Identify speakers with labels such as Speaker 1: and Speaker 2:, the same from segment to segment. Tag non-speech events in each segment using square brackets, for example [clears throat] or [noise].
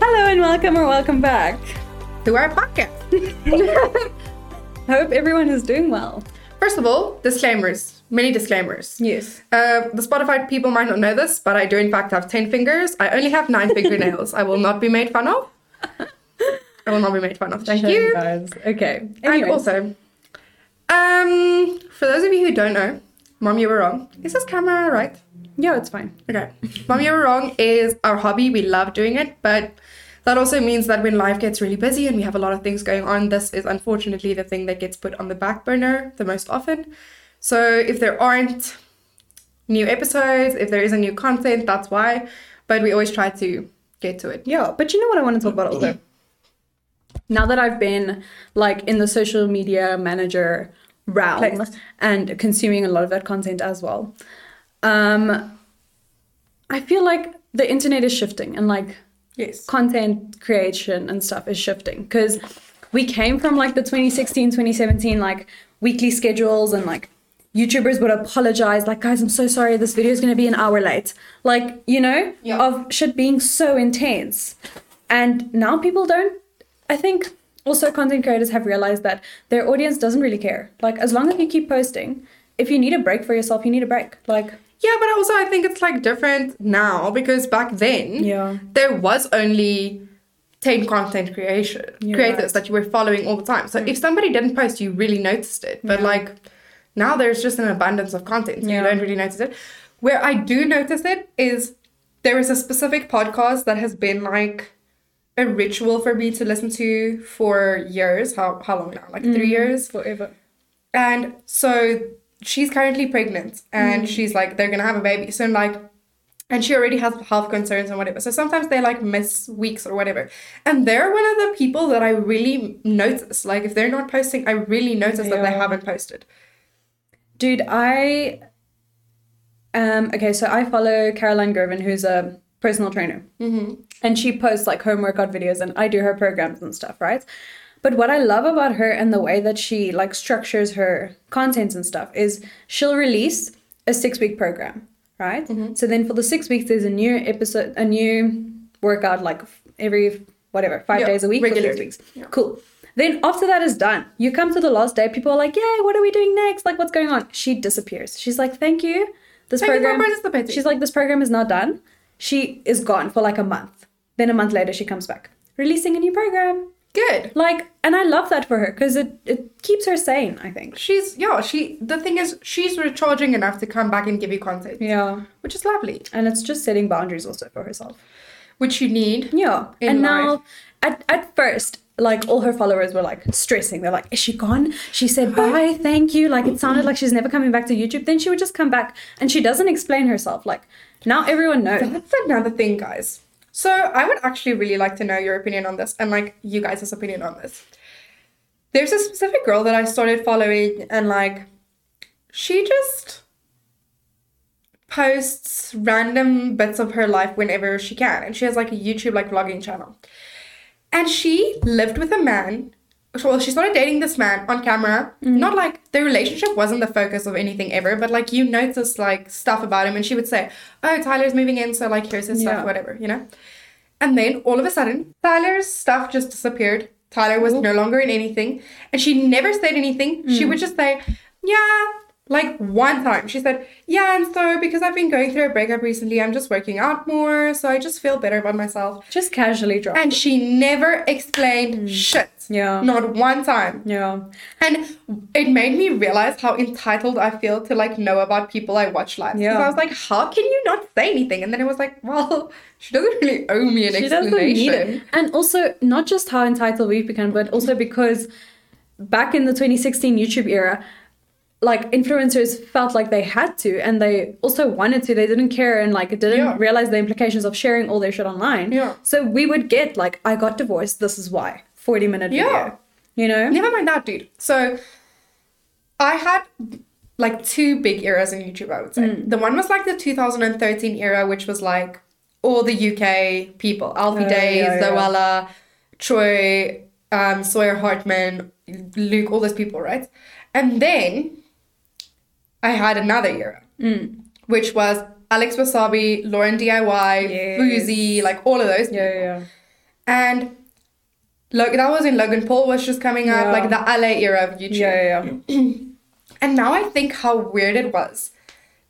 Speaker 1: welcome or welcome back.
Speaker 2: to our podcast.
Speaker 1: Hope everyone is doing well.
Speaker 2: First of all, disclaimers, many disclaimers.
Speaker 1: [laughs] Yes.
Speaker 2: Uh, the Spotify people might not know this, but I do in fact have 10 fingers. I only have nine fingernails. I will not be made fun of. I will not be made fun of. Thank you.
Speaker 1: guys. Okay.
Speaker 2: And also, um, for those of you who don't know, Mom, You Were Wrong. Is this camera right?
Speaker 1: yeah, it's fine.
Speaker 2: Okay. Mom, You Were Wrong is our hobby. We love doing it, but that also means that when life gets really busy and we have a lot of things going on, this is unfortunately the thing that gets put on the back burner the most often. So if there aren't new episodes, if there isn't new content, that's why. But we always try to get to it.
Speaker 1: Yeah, but you know what I want to talk about also? Now that I've been like in the social media manager realm
Speaker 2: Place.
Speaker 1: and consuming a lot of that content as well, um, I feel like the internet is shifting and like
Speaker 2: Yes.
Speaker 1: content creation and stuff is shifting because we came from like the 2016 2017 like weekly schedules and like youtubers would apologize like guys i'm so sorry this video is going to be an hour late like you know
Speaker 2: Yeah.
Speaker 1: of shit being so intense and now people don't i think also content creators have realized that their audience doesn't really care like as long as you keep posting if you need a break for yourself you need a break like
Speaker 2: Yeah, but also I think it's like different now because back then
Speaker 1: Yeah.
Speaker 2: there was only 10 content creation
Speaker 1: You're
Speaker 2: creators
Speaker 1: right. Mm.
Speaker 2: that you were following all the time. So if somebody didn't post, you really noticed it. But like now there's just an abundance of content. So
Speaker 1: Yeah.
Speaker 2: you don't really notice it. Where I do notice it is there is a specific podcast that has been like a ritual for me to listen to for years. How how long now? Like
Speaker 1: Mm.
Speaker 2: three years?
Speaker 1: forever
Speaker 2: And so she's currently pregnant and she's like, they're gonna have a baby. So I'm like, and she already has health concerns and whatever. So sometimes they like miss weeks or whatever. And they're one of the people that I really notice. Like, if they're not posting, I really notice that they
Speaker 1: Yeah.
Speaker 2: haven't posted.
Speaker 1: Dude, I um okay, so I follow Caroline Groven, who's a personal trainer. Mm-hmm. And she posts like home workout videos and I do her programs and stuff, right? But what I love about her and the way that she like structures her contents and stuff is she'll release a 6-week program, right?
Speaker 2: Mm-hmm.
Speaker 1: So then for the 6 weeks there's a new episode, a new workout like f- every whatever, 5
Speaker 2: Yeah,
Speaker 1: days a week for six
Speaker 2: regularly.
Speaker 1: weeks. Cool. Then after that is done, you come to the last day, people are like, Yay, what are we doing next? Like, what's going on? She disappears. She's like, Thank you. This
Speaker 2: Thank you for
Speaker 1: program.
Speaker 2: participating.
Speaker 1: she's like, This program is not done. She is gone for like a month. Then a month later, she comes back, releasing a new program.
Speaker 2: Good.
Speaker 1: Like, and I love that for her because it, it keeps her sane, I think.
Speaker 2: She's, yeah, she, the thing is, she's recharging enough to come back and give you content,
Speaker 1: Yeah.
Speaker 2: which is lovely,
Speaker 1: And it's just setting boundaries also for herself.
Speaker 2: which you need.
Speaker 1: Yeah.
Speaker 2: In
Speaker 1: and
Speaker 2: life.
Speaker 1: now, at, at first, like all her followers were like stressing. They're like, is she gone?
Speaker 2: [gasps]
Speaker 1: She said bye, thank you. Like it sounded like she's never coming back to YouTube. Then she would just come back and she doesn't explain herself. Like now everyone knows.
Speaker 2: [laughs] That's another thing, guys. So I would actually really like to know your opinion on this and like you guys' opinion on this. There's a specific girl that I started following and like she just posts random bits of her life whenever she can. And she has like a YouTube like vlogging channel. And she lived with a man. Well, she started dating this man on camera. Not like their relationship wasn't the focus of anything ever, but like you noticed like stuff about him, and she would say, "Oh, Tyler's moving in, so like here's his
Speaker 1: Yeah.
Speaker 2: stuff, whatever," you know. And then all of a sudden, Tyler's stuff just disappeared. Tyler was no longer in anything, and she never said anything. She
Speaker 1: Hmm.
Speaker 2: would just say, "Yeah." Like one time, she said, "Yeah, and so because I've been going through a breakup recently, I'm just working out more, so I just feel better about myself."
Speaker 1: Just casually drop.
Speaker 2: and she never explained shit.
Speaker 1: Hmm. Yeah.
Speaker 2: Not one time.
Speaker 1: yeah.
Speaker 2: And it made me realize how entitled I feel to like know about people I watch live.
Speaker 1: Yeah.
Speaker 2: I was like, how can you not say anything? And then it was like, well, [laughs] she doesn't really owe me an
Speaker 1: She doesn't need it.
Speaker 2: explanation.
Speaker 1: And also, not just how entitled we've become, but also because back in the 2016 YouTube era, like influencers felt like they had to and they also wanted to. They didn't care and like didn't
Speaker 2: Yeah.
Speaker 1: realize the implications of sharing all their shit online.
Speaker 2: Yeah.
Speaker 1: So we would get like, I got divorced, this is why. 40 minute video.
Speaker 2: Yeah.
Speaker 1: You know?
Speaker 2: Never mind that, dude. So I had like two big eras in YouTube, I would say.
Speaker 1: Mm.
Speaker 2: The one was like the 2013 era, which was like all the UK people Alfie
Speaker 1: Oh,
Speaker 2: Day,
Speaker 1: yeah, yeah.
Speaker 2: Zoella, Troy, um, Sawyer Hartman, Luke, all those people, right? And then I had another era,
Speaker 1: Mm.
Speaker 2: which was Alex Wasabi, Lauren DIY,
Speaker 1: Yes.
Speaker 2: Boozy, like all of those.
Speaker 1: Yeah, yeah, yeah.
Speaker 2: And look, that was when Logan Paul was just coming up,
Speaker 1: Yeah.
Speaker 2: like the LA era of YouTube.
Speaker 1: Yeah, yeah, yeah.
Speaker 2: And now I think how weird it was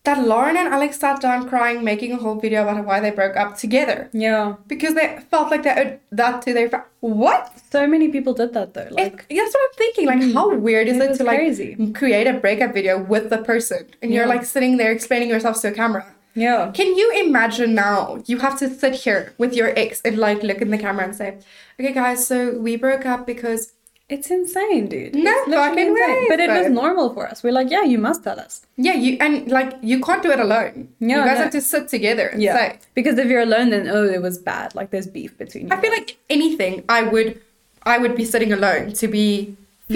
Speaker 2: that Lauren and Alex sat down crying, making a whole video about why they broke up together
Speaker 1: Yeah.
Speaker 2: because they felt like they owed that to their fa- what?
Speaker 1: So many people did that though. Like, mm-hmm.
Speaker 2: It- that's what I'm thinking. Like, how weird is
Speaker 1: It
Speaker 2: it,
Speaker 1: was
Speaker 2: to like
Speaker 1: crazy.
Speaker 2: create a breakup video with the person and you're
Speaker 1: Yeah.
Speaker 2: like sitting there explaining yourself to a camera?
Speaker 1: yeah.
Speaker 2: Can you imagine now? You have to sit here with your ex and like look in the camera and say, "Okay, guys, so we broke up because
Speaker 1: It's insane, dude.
Speaker 2: No
Speaker 1: It's literally
Speaker 2: fucking way,
Speaker 1: But it was
Speaker 2: bro.
Speaker 1: normal for us. We're like, yeah, you must tell us.
Speaker 2: yeah, you and like you can't do it alone.
Speaker 1: Yeah,
Speaker 2: you guys
Speaker 1: no.
Speaker 2: have to sit together and
Speaker 1: Yeah.
Speaker 2: say."
Speaker 1: Because if you're alone, then oh, it was bad. Like there's beef between. you
Speaker 2: I feel
Speaker 1: guys.
Speaker 2: like if anything, I would, I would be sitting alone to be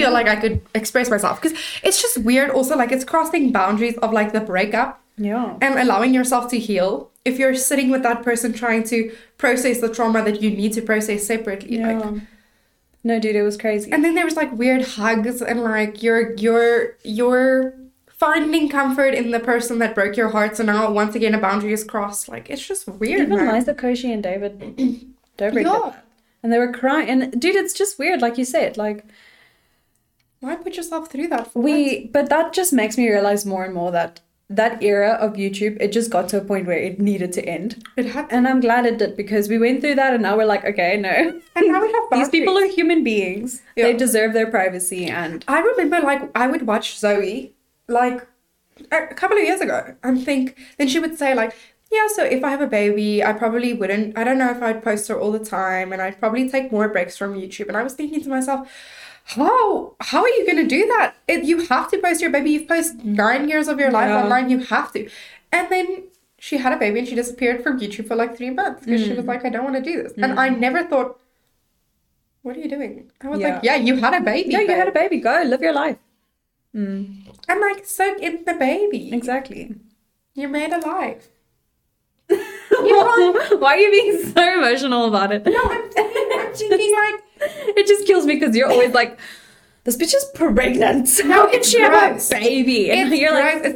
Speaker 2: feel like I could express myself because it's just weird. Also, like it's crossing boundaries of like the breakup
Speaker 1: yeah.
Speaker 2: and allowing yourself to heal. If you're sitting with that person trying to process the trauma that you need to process separately,
Speaker 1: Yeah.
Speaker 2: like,
Speaker 1: no, dude, it was crazy.
Speaker 2: and then there was like weird hugs and like you're you're you're finding comfort in the person that broke your heart. So now once again a boundary is crossed. Like it's just weird.
Speaker 1: Even
Speaker 2: man.
Speaker 1: Liza Koshy and
Speaker 2: [clears throat]
Speaker 1: David Dobrik
Speaker 2: Yeah.
Speaker 1: did that. And they were crying. And dude, it's just weird, like you said. Like
Speaker 2: Why put yourself through that? For what?
Speaker 1: we, but that just makes me realize more and more that that era of YouTube, it just got to a point where it needed to end.
Speaker 2: it happened,
Speaker 1: And I'm glad it did because we went through that, and now we're like, okay, no,
Speaker 2: and now we have boundaries.
Speaker 1: [laughs] these people are human beings. They
Speaker 2: Yeah.
Speaker 1: deserve their privacy. And
Speaker 2: I remember like I would watch Zoe like a couple of years ago and think then she would say like yeah so if I have a baby I probably wouldn't I don't know if I'd post her all the time and I'd probably take more breaks from YouTube and I was thinking to myself how how are you going to do that if you have to post your baby you've posted 9 years of your life
Speaker 1: Yeah.
Speaker 2: online you have to and then she had a baby and she disappeared from YouTube for like 3 months because
Speaker 1: Mm.
Speaker 2: she was like I don't want to do this and I never thought what are you doing? I was like, yeah, you had a baby.
Speaker 1: yeah, you
Speaker 2: babe."
Speaker 1: had a baby. Go live your life. Mm.
Speaker 2: And like soak in the baby.
Speaker 1: Exactly.
Speaker 2: You're made alive.
Speaker 1: [laughs] Why are you being so emotional about it?
Speaker 2: No, [laughs] I'm, I'm thinking like
Speaker 1: [laughs] It just kills me because you're always like, this bitch is pregnant. How can
Speaker 2: it's
Speaker 1: [laughs] she
Speaker 2: gross.
Speaker 1: have a baby? And
Speaker 2: it's
Speaker 1: [laughs] you're
Speaker 2: gross,
Speaker 1: like,
Speaker 2: it's
Speaker 1: you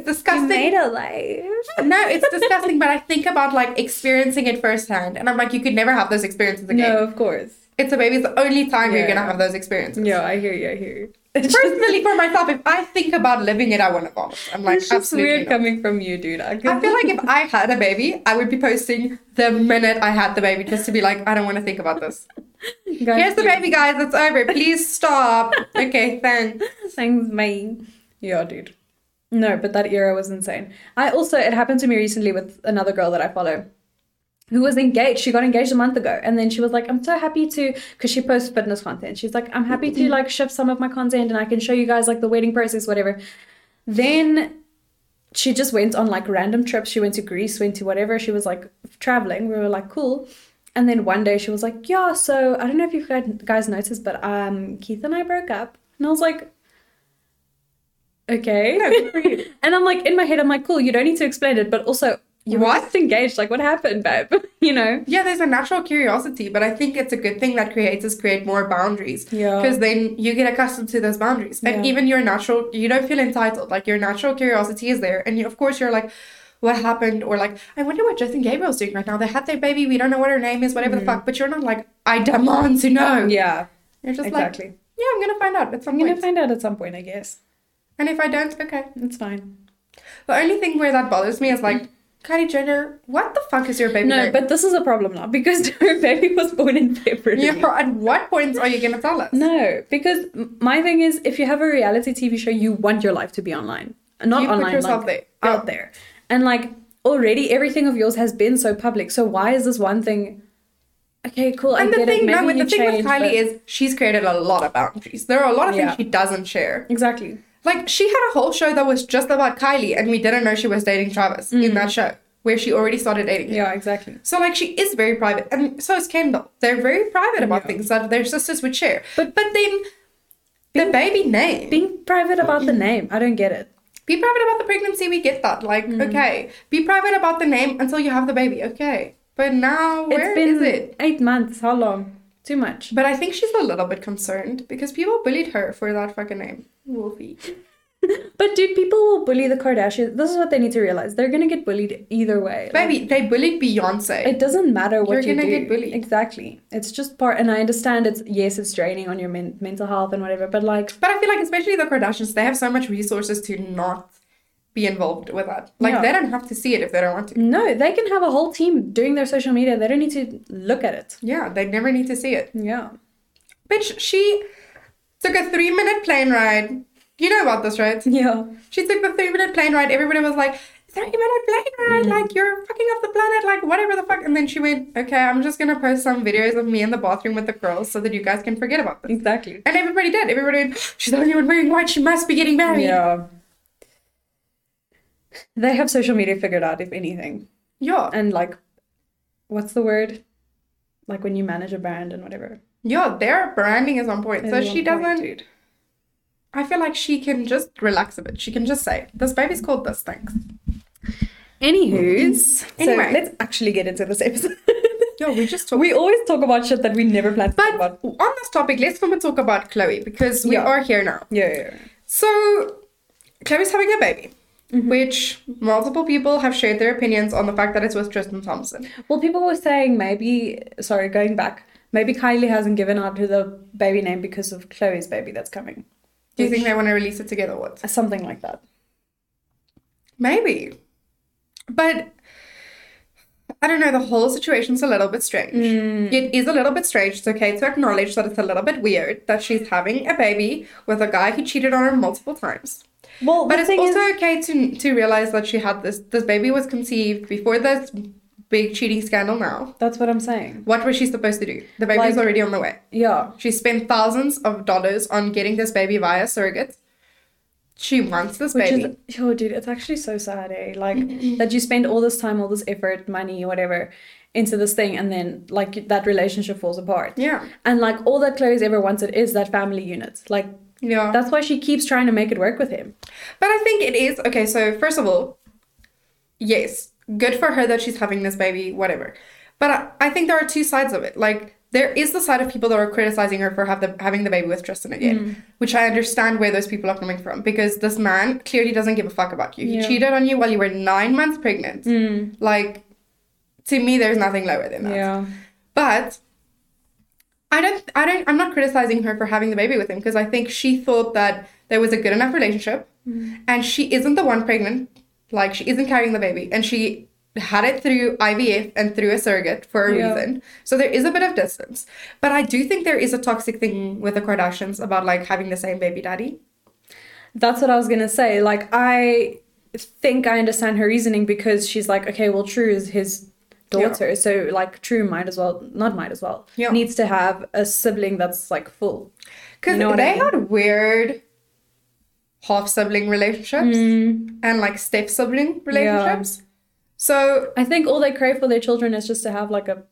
Speaker 1: made
Speaker 2: disgusting.
Speaker 1: a life.
Speaker 2: No, it's disgusting, but I think about like experiencing it firsthand, and I'm like, you could never have those experiences again.
Speaker 1: No, of course.
Speaker 2: It's a baby. It's the only time you're
Speaker 1: Yeah.
Speaker 2: gonna have those experiences.
Speaker 1: Yeah, I hear you. I hear you. It's just,
Speaker 2: Personally, for myself, if I think about living it, I want to vomit. I'm like,
Speaker 1: it's just
Speaker 2: absolutely.
Speaker 1: weird
Speaker 2: not.
Speaker 1: coming from you, dude. I,
Speaker 2: I feel like if I had a baby, I would be posting the minute I had the baby just to be like, I don't want to think about this.
Speaker 1: Guys,
Speaker 2: Here's the baby, guys. It's over. Please stop. Okay, thanks.
Speaker 1: Thanks, mate. Yeah, dude. No, but that era was insane. I also, it happened to me recently with another girl that I follow who was engaged. She got engaged a month ago. And then she was like, I'm so happy to, because she posts fitness content. She's like, I'm happy to like shift some of my content and I can show you guys like the wedding process, whatever. Then she just went on like random trips. She went to Greece, went to whatever. She was like traveling. We were like, cool. And then one day she was like, yeah, so I don't know if you guys- guys noticed, but um, Keith and I broke up. And I was like, okay. and I'm like, in my head, I'm like, cool, you don't need to explain it, but also, you were
Speaker 2: What?
Speaker 1: just engaged. Like, what happened, babe? [laughs] you know?
Speaker 2: Yeah, there's a natural curiosity, but I think it's a good thing that creators create more boundaries.
Speaker 1: Yeah.
Speaker 2: Because then you get accustomed to those boundaries. And
Speaker 1: Yeah.
Speaker 2: even your natural, you don't feel entitled. Like your natural curiosity is there. And you, of course, you're like, what happened? Or like, I wonder what Justin Gabriel's doing right now. They had their baby. We don't know what her name is, whatever the fuck. But you're not like, I demand to know.
Speaker 1: Mm. Yeah,
Speaker 2: You're just
Speaker 1: exactly.
Speaker 2: like, yeah, I'm going to find out at some
Speaker 1: I'm going to
Speaker 2: point.
Speaker 1: find out at some point, I guess.
Speaker 2: and if I don't, okay.
Speaker 1: It's fine.
Speaker 2: The only thing where that bothers me is like, Kylie Jenner, what the fuck is your baby
Speaker 1: No,
Speaker 2: name?
Speaker 1: but this is a problem now because [laughs] her baby was born in
Speaker 2: [laughs]
Speaker 1: February.
Speaker 2: yeah, at what point are you going to tell us?
Speaker 1: No, because m- my thing is, if you have a reality TV show, you want your life to be online, not
Speaker 2: You put
Speaker 1: online,
Speaker 2: yourself
Speaker 1: like,
Speaker 2: there.
Speaker 1: out there, and like already everything of yours has been so public. So why is this one thing? Okay, cool.
Speaker 2: And
Speaker 1: I
Speaker 2: the
Speaker 1: get it.
Speaker 2: thing,
Speaker 1: Maybe
Speaker 2: no, with
Speaker 1: you
Speaker 2: the thing with
Speaker 1: changed,
Speaker 2: Kylie
Speaker 1: but-
Speaker 2: is she's created a lot of boundaries. There are a lot of
Speaker 1: Yeah.
Speaker 2: things she doesn't share.
Speaker 1: exactly.
Speaker 2: Like she had a whole show that was just about Kylie, and we didn't know she was dating Travis in that show where she already started dating. him.
Speaker 1: Mm-hmm. Yeah, exactly.
Speaker 2: So like she is very private, and so is Kendall. They're very private about
Speaker 1: Yeah.
Speaker 2: things that their sisters would share. But
Speaker 1: But-
Speaker 2: but then the baby name,
Speaker 1: Being private about
Speaker 2: Mm.
Speaker 1: the name, I don't get it.
Speaker 2: be private about the pregnancy. We get that. Like
Speaker 1: Mm-hmm.
Speaker 2: okay, be private about the name until you have the baby. Okay, but now where is
Speaker 1: it's been
Speaker 2: it?
Speaker 1: eight months. How long? Too much.
Speaker 2: But I think she's a little bit concerned because people bullied her for that fucking name, Wolfie.
Speaker 1: But dude, people will bully the Kardashians. This is what they need to realize. They're gonna get bullied either way. Like,
Speaker 2: Baby, they bullied Beyonce.
Speaker 1: it doesn't matter what
Speaker 2: You're
Speaker 1: you
Speaker 2: gonna
Speaker 1: do.
Speaker 2: get bullied.
Speaker 1: Exactly. It's just part, and I understand it's yes, it's draining on your men- mental health and whatever. But like,
Speaker 2: But I feel like especially the Kardashians, they have so much resources to not be involved with that. Like
Speaker 1: Yeah.
Speaker 2: they don't have to see it if they don't want to.
Speaker 1: no, they can have a whole team doing their social media. They don't need to look at it.
Speaker 2: Yeah, they never need to see it.
Speaker 1: Yeah. [laughs]
Speaker 2: Bitch, she took a three minute plane ride. You know about this, right?
Speaker 1: Yeah.
Speaker 2: She took the three minute plane ride. Everybody was like, three minute plane ride, like you're fucking off the planet, like whatever the fuck. And then she went, okay, I'm just gonna post some videos of me in the bathroom with the girls so that you guys can forget about this.
Speaker 1: Exactly.
Speaker 2: And everybody did. Everybody went, [gasps] she's the only one wearing white, she must be getting married.
Speaker 1: Yeah. They have social media figured out, if anything.
Speaker 2: Yeah.
Speaker 1: And like, what's the word? Like when you manage a brand and whatever.
Speaker 2: Yeah, their branding is on point. So
Speaker 1: It's
Speaker 2: she
Speaker 1: on point,
Speaker 2: doesn't.
Speaker 1: dude.
Speaker 2: I feel like she can just relax a bit. She can just say, "This baby's called this." Thanks.
Speaker 1: Anywho's.
Speaker 2: Anyway.
Speaker 1: So let's actually get into this episode.
Speaker 2: Yeah, we just talk.
Speaker 1: [laughs] we always talk about shit that we never planned to talk
Speaker 2: but
Speaker 1: about.
Speaker 2: on this topic, let's come and talk about Chloe because we
Speaker 1: Yeah.
Speaker 2: are here now.
Speaker 1: Yeah, yeah, yeah.
Speaker 2: So, Chloe's having a baby,
Speaker 1: Mm-hmm.
Speaker 2: which multiple people have shared their opinions on the fact that it's with Tristan Thompson.
Speaker 1: Well, people were saying maybe, sorry, going back, maybe Kylie hasn't given out who the baby name because of Chloe's baby that's coming.
Speaker 2: Do you think they want to release it together? What?
Speaker 1: Something like that.
Speaker 2: Maybe, but. I don't know, the whole situation's a little bit strange.
Speaker 1: Mm.
Speaker 2: It is a little bit strange. It's okay to acknowledge that it's a little bit weird that she's having a baby with a guy who cheated on her multiple times.
Speaker 1: Well,
Speaker 2: But
Speaker 1: the
Speaker 2: it's
Speaker 1: thing is-
Speaker 2: also okay to to realize that she had this this baby was conceived before this big cheating scandal now.
Speaker 1: that's what I'm saying.
Speaker 2: What was she supposed to do? The baby's
Speaker 1: Like-
Speaker 2: already on the way.
Speaker 1: Yeah.
Speaker 2: She spent thousands of dollars on getting this baby via surrogate. She wants this
Speaker 1: Which
Speaker 2: baby.
Speaker 1: is, oh, dude, it's actually so sad, eh? Like, that you spend all this time, all this effort, money, whatever, into this thing, and then, like, that relationship falls apart.
Speaker 2: Yeah.
Speaker 1: And, like, all that Chloe's ever wanted is that family unit. Like,
Speaker 2: yeah.
Speaker 1: that's why she keeps trying to make it work with him.
Speaker 2: But I think it is okay. So first of all, yes, good for her that she's having this baby, whatever. But I, I think there are two sides of it. Like there is the side of people that are criticizing her for have the, having the baby with Tristan again, which I understand where those people are coming from because this man clearly doesn't give a fuck about you. He
Speaker 1: Yeah.
Speaker 2: cheated on you while you were nine months pregnant. Like to me, there's nothing lower than that. But I don't I don't I'm not criticizing her for having the baby with him because I think she thought that there was a good enough relationship
Speaker 1: Mm-hmm.
Speaker 2: and she isn't the one pregnant like she isn't carrying the baby and she had it through IVF and through a surrogate for a
Speaker 1: Yeah.
Speaker 2: reason. So there is a bit of distance. But I do think there is a toxic
Speaker 1: Mm.
Speaker 2: thing with the Kardashians about like having the same baby daddy.
Speaker 1: That's what I was gonna say. Like, I think I understand her reasoning because she's like, okay, well, True is his daughter, so like, True might as well, not might as well,
Speaker 2: Yeah.
Speaker 1: needs to have a sibling that's like full.
Speaker 2: Because
Speaker 1: You know what
Speaker 2: they
Speaker 1: I mean?
Speaker 2: had weird half sibling relationships
Speaker 1: Mm.
Speaker 2: and like step sibling relationships. So
Speaker 1: I think all they crave for their children is just to have like a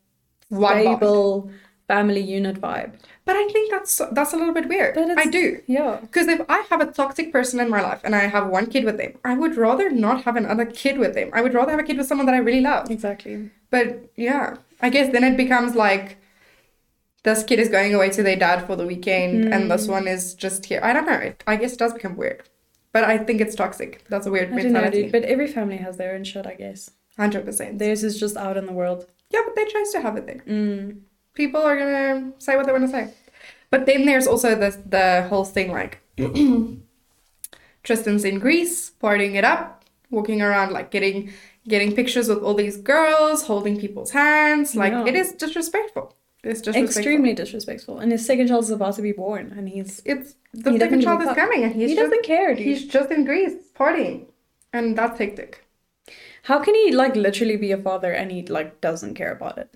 Speaker 2: one bond.
Speaker 1: stable family unit vibe.
Speaker 2: But I think that's that's a little bit weird.
Speaker 1: But it's-
Speaker 2: I do.
Speaker 1: Yeah.
Speaker 2: Because if I have a toxic person in my life and I have one kid with them, I would rather not have another kid with them. I would rather have a kid with someone that I really love.
Speaker 1: Exactly.
Speaker 2: But yeah, I guess then it becomes like this kid is going away to their dad for the weekend and
Speaker 1: Hmm.
Speaker 2: this one is just here. I don't know. It, I guess it does become weird. But I think it's toxic. That's a weird
Speaker 1: I don't know, dude,
Speaker 2: mentality.
Speaker 1: but every family has their own shit, I guess.
Speaker 2: 100%.
Speaker 1: Theirs is just out in the world.
Speaker 2: Yeah, but they chose to have it there. Mm. People are gonna say what they want to say. But then there's also the the whole thing like [clears throat] Tristan's in Greece, partying it up, walking around like getting getting pictures with all these girls, holding people's hands. Like
Speaker 1: Yeah.
Speaker 2: it is disrespectful. It's disrespectful.
Speaker 1: Extremely disrespectful. And his second child is about to be born, and he's
Speaker 2: It's the
Speaker 1: He doesn't
Speaker 2: second
Speaker 1: give
Speaker 2: child
Speaker 1: a
Speaker 2: is
Speaker 1: fuck.
Speaker 2: coming, and he's
Speaker 1: he
Speaker 2: just,
Speaker 1: doesn't care, dude.
Speaker 2: he's just in Greece partying, and that's hectic.
Speaker 1: How can he like literally be a father and he like doesn't care about it?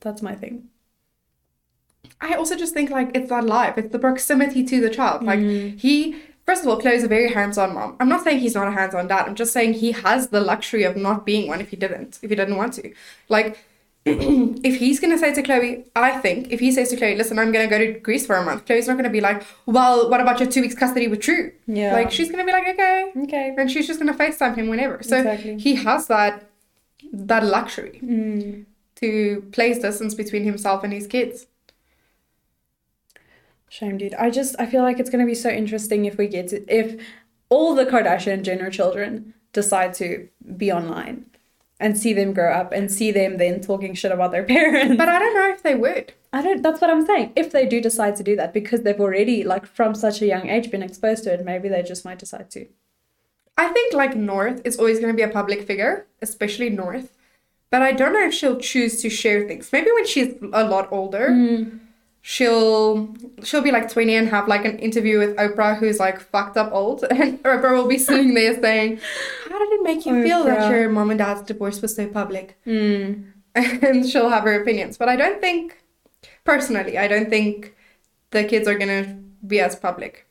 Speaker 1: That's my thing.
Speaker 2: I also just think like it's that life. It's the proximity to the child. Like
Speaker 1: Mm.
Speaker 2: he, first of all, Chloe's a very hands-on mom. I'm not saying he's not a hands-on dad. I'm just saying he has the luxury of not being one if he didn't, if he didn't want to. Like [clears throat] if he's gonna say to Chloe, I think if he says to Chloe, listen, I'm gonna go to Greece for a month. Chloe's not gonna be like, well, what about your two weeks custody with True?
Speaker 1: Yeah.
Speaker 2: Like she's gonna be like, okay,
Speaker 1: Okay.
Speaker 2: and she's just gonna FaceTime him whenever. So
Speaker 1: Exactly.
Speaker 2: he has that that luxury
Speaker 1: Mm.
Speaker 2: to place distance between himself and his kids.
Speaker 1: Shame, dude. I just I feel like it's gonna be so interesting if we get to if all the Kardashian Jenner children decide to be online and see them grow up and see them then talking shit about their [laughs] parents.
Speaker 2: But I don't know if they would.
Speaker 1: I don't. That's what I'm saying. If they do decide to do that, because they've already like from such a young age been exposed to it, maybe they just might decide to.
Speaker 2: I think like North is always going to be a public figure, especially North. But I don't know if she'll choose to share things. Maybe when she's a lot older, she'll she'll be like 20 and have like an interview with Oprah who's like fucked up old [laughs] and Oprah will be sitting there saying, "How did it make you feel that
Speaker 1: Oprah.
Speaker 2: your mom and dad's divorce was so public?" [laughs]
Speaker 1: Hmm.
Speaker 2: And she'll have her opinions. But I don't think personally, I don't think the kids are going to be as public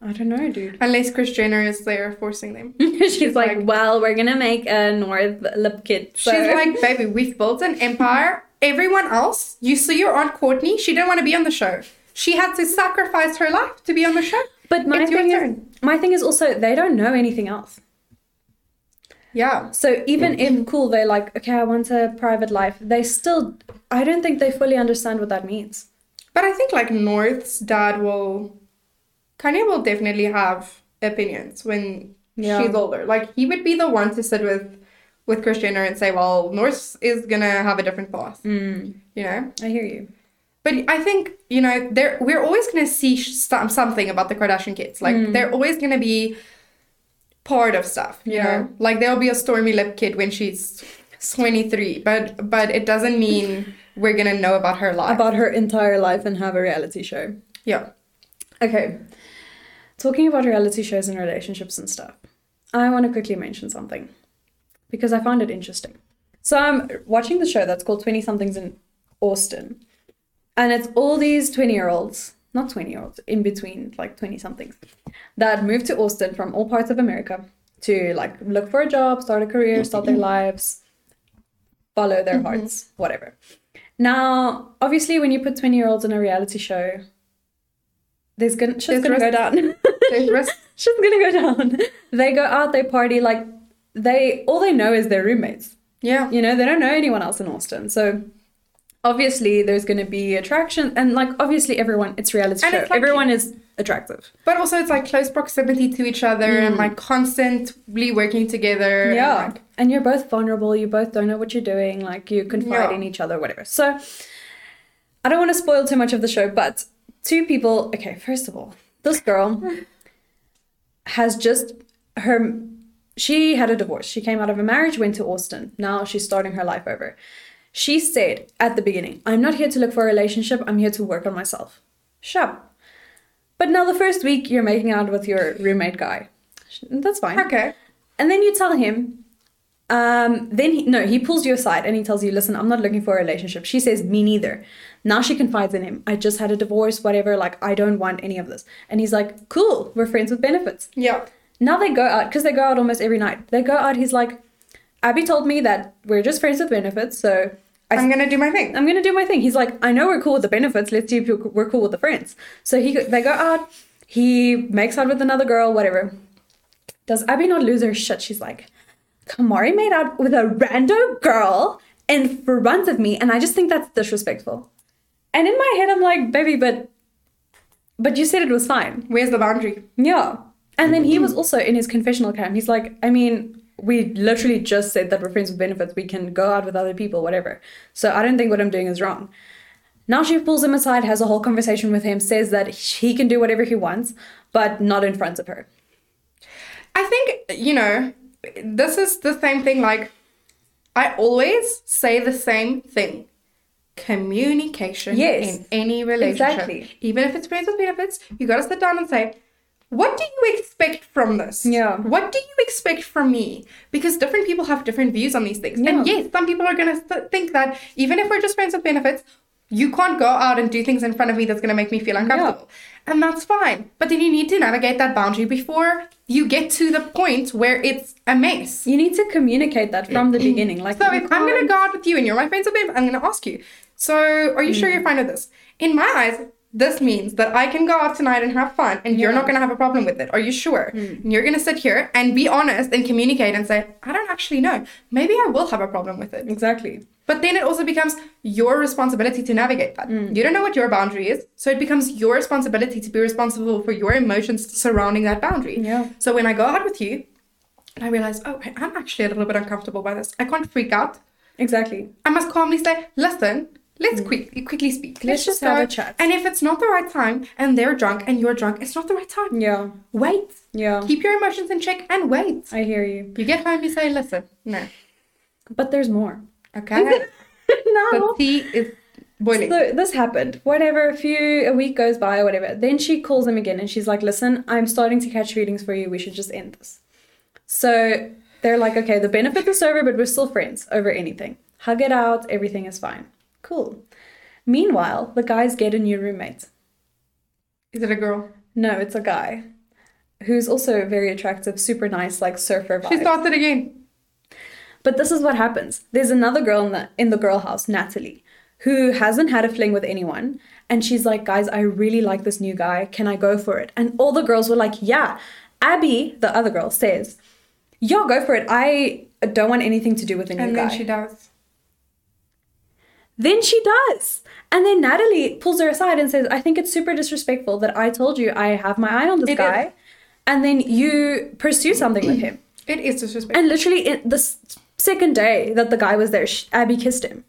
Speaker 1: I don't know, dude.
Speaker 2: unless Kris Jenner is there forcing them.
Speaker 1: [laughs] She's like, well, we're gonna make a North lip kit. So.
Speaker 2: She's like, baby, we've built an empire. Everyone else, you saw your aunt Courtney. She didn't want to be on the show. She had to sacrifice her life to be on the show.
Speaker 1: but my
Speaker 2: it's your
Speaker 1: thing is,
Speaker 2: turn.
Speaker 1: my thing is also they don't know anything else.
Speaker 2: Yeah.
Speaker 1: So even if cool, they're like, okay, I want a private life. They still, I don't think they fully understand what that means.
Speaker 2: But I think like North's dad will, Kanye will definitely have opinions when
Speaker 1: Yeah.
Speaker 2: she's older. Like he would be the one to sit with, with Kris Jenner and say, well, North is gonna have a different path.
Speaker 1: Mm.
Speaker 2: You know.
Speaker 1: I hear you.
Speaker 2: But I think you know there we're always going to see sh- some, something about the Kardashian kids. Like
Speaker 1: Hmm.
Speaker 2: they're always going to be part of stuff. You
Speaker 1: Yeah.
Speaker 2: know, like there'll be a Stormy Lip kid when she's twenty three, but but it doesn't mean we're going to know about her life.
Speaker 1: About her entire life and have a reality show.
Speaker 2: yeah,
Speaker 1: Okay. Talking about reality shows and relationships and stuff, I want to quickly mention something because I found it interesting. So I'm watching the show that's called 20 Somethings in Austin, and it's all these 20 year olds, not 20 year olds, in between like 20 somethings, that moved to Austin from all parts of America to like look for a job, start a career, start their lives, follow their hearts, whatever. Now, obviously, when you put 20 year olds in a reality show, there's gonna, shit's
Speaker 2: There's
Speaker 1: gonna go down. [laughs]
Speaker 2: There's risk.
Speaker 1: shit's gonna go down. [laughs] They go out, they party, like, they, all they know is their roommates.
Speaker 2: yeah,
Speaker 1: You know, they don't know anyone else in Austin. So obviously there's going to be attraction and like obviously everyone it's reality
Speaker 2: And
Speaker 1: show.
Speaker 2: it's like-
Speaker 1: everyone is attractive.
Speaker 2: but also it's like close proximity to each other and like constantly working together. and,
Speaker 1: Hmm. Yeah.
Speaker 2: like,
Speaker 1: And you're both vulnerable, you both don't know what you're doing, like you
Speaker 2: Yeah.
Speaker 1: confide in each other whatever. So I don't want to spoil too much of the show, but two people, okay, first of all, this girl has just her she had a divorce. She came out of a marriage, went to Austin. Now she's starting her life over. She said at the beginning, I'm not here to look for a relationship, I'm here to work on myself. Sure. But now the first week you're making out with your roommate guy. Sh- That's fine.
Speaker 2: okay.
Speaker 1: And then you tell him, um, then he, no, he pulls you aside and he tells you, listen, I'm not looking for a relationship. She says, me neither. Now she confides in him. I just had a divorce, whatever. Like, I don't want any of this. And he's like, cool, we're friends with benefits.
Speaker 2: Yeah.
Speaker 1: Now they go out because they go out almost every night. They go out. He's like, Abby told me that we're just friends with benefits, so I, Uh
Speaker 2: I'm gonna do my thing.
Speaker 1: I'm gonna do my thing. He's like, I know we're cool with the benefits. Let's see if you're- we're cool with the friends. So he they go out. He makes out with another girl, whatever. Does Abby not lose her shit? She's like, Kamari made out with a rando girl in front of me, and I just think that's disrespectful. And in my head, I'm like, baby, but but you said it was fine.
Speaker 2: Where's the boundary?
Speaker 1: Yeah. And then he was also in his confessional cam. He's like, I mean, we literally just said that we're friends with benefits. We can go out with other people, whatever. So I don't think what I'm doing is wrong. Now she pulls him aside, has a whole conversation with him, says that he can do whatever he wants, but not in front of her.
Speaker 2: I think, you know, this is the same thing. Like, I always say the same thing communication
Speaker 1: Yes.
Speaker 2: in any relationship.
Speaker 1: Exactly.
Speaker 2: Even if it's friends with benefits, you got to sit down and say, what do you expect from this?
Speaker 1: Yeah.
Speaker 2: What do you expect from me? Because different people have different views on these things. And
Speaker 1: Yeah.
Speaker 2: yes, some people are going to th- think that even if we're just friends with benefits, you can't go out and do things in front of me that's going to make me feel uncomfortable. And that's fine. But then you need to navigate that boundary before you get to the point where it's a mess.
Speaker 1: You need to communicate that from the beginning. Like,
Speaker 2: So
Speaker 1: you
Speaker 2: if I'm going to
Speaker 1: can't-
Speaker 2: go out with you and you're my friends with benefits, I'm going to ask you. So are you sure you're fine with this? In my eyes, this means that I can go out tonight and have fun and you're
Speaker 1: Yeah.
Speaker 2: not going to have a problem with it. Are you sure? And you're going to sit here and be honest and communicate and say, I don't actually know. Maybe I will have a problem with it.
Speaker 1: Exactly.
Speaker 2: But then it also becomes your responsibility to navigate that.
Speaker 1: Mm.
Speaker 2: You don't know what your boundary is, so it becomes your responsibility to be responsible for your emotions surrounding that boundary.
Speaker 1: Yeah.
Speaker 2: So when I go out with you and I realize, oh, I am actually a little bit uncomfortable by this, I can't freak out.
Speaker 1: Exactly.
Speaker 2: I must calmly say, listen, let's quick, quickly speak.
Speaker 1: Mm. Let's just have a chat."
Speaker 2: And if it's not the right time and they're drunk and you're drunk, it's not the right time.
Speaker 1: Yeah.
Speaker 2: Wait.
Speaker 1: Mm. Yeah.
Speaker 2: Keep your emotions in check and wait.
Speaker 1: I hear you.
Speaker 2: You get home, you say, listen, no.
Speaker 1: But there's more.
Speaker 2: Okay. the
Speaker 1: [laughs] no.
Speaker 2: tea is boiling.
Speaker 1: So this happened. Whatever, a few a week goes by or whatever. Then she calls him again and she's like, "Listen, I'm starting to catch feelings for you. We should just end this." So they're like, "Okay, the benefit is over, but we're still friends over anything. Hug it out. Everything is fine. Cool." Meanwhile, the guys get a new roommate.
Speaker 2: Is it a girl?
Speaker 1: No, it's a guy who's also very attractive, super nice, like surfer vibe.
Speaker 2: She started again.
Speaker 1: But this is what happens. There's another girl in the in the girl house, Natalie, who hasn't had a fling with anyone, and she's like, "Guys, I really like this new guy. Can I go for it?" And all the girls were like, "Yeah." Abby, the other girl, says, "Yeah, go for it. I don't want anything to do with a new
Speaker 2: And
Speaker 1: guy."
Speaker 2: then she does.
Speaker 1: Then she does. And then Natalie pulls her aside and says, I think it's super disrespectful that I told you I have my eye on this
Speaker 2: It is.
Speaker 1: guy. And then you pursue something with him.
Speaker 2: It is disrespectful.
Speaker 1: And literally, it, the s- second day that the guy was there, sh Abby kissed him.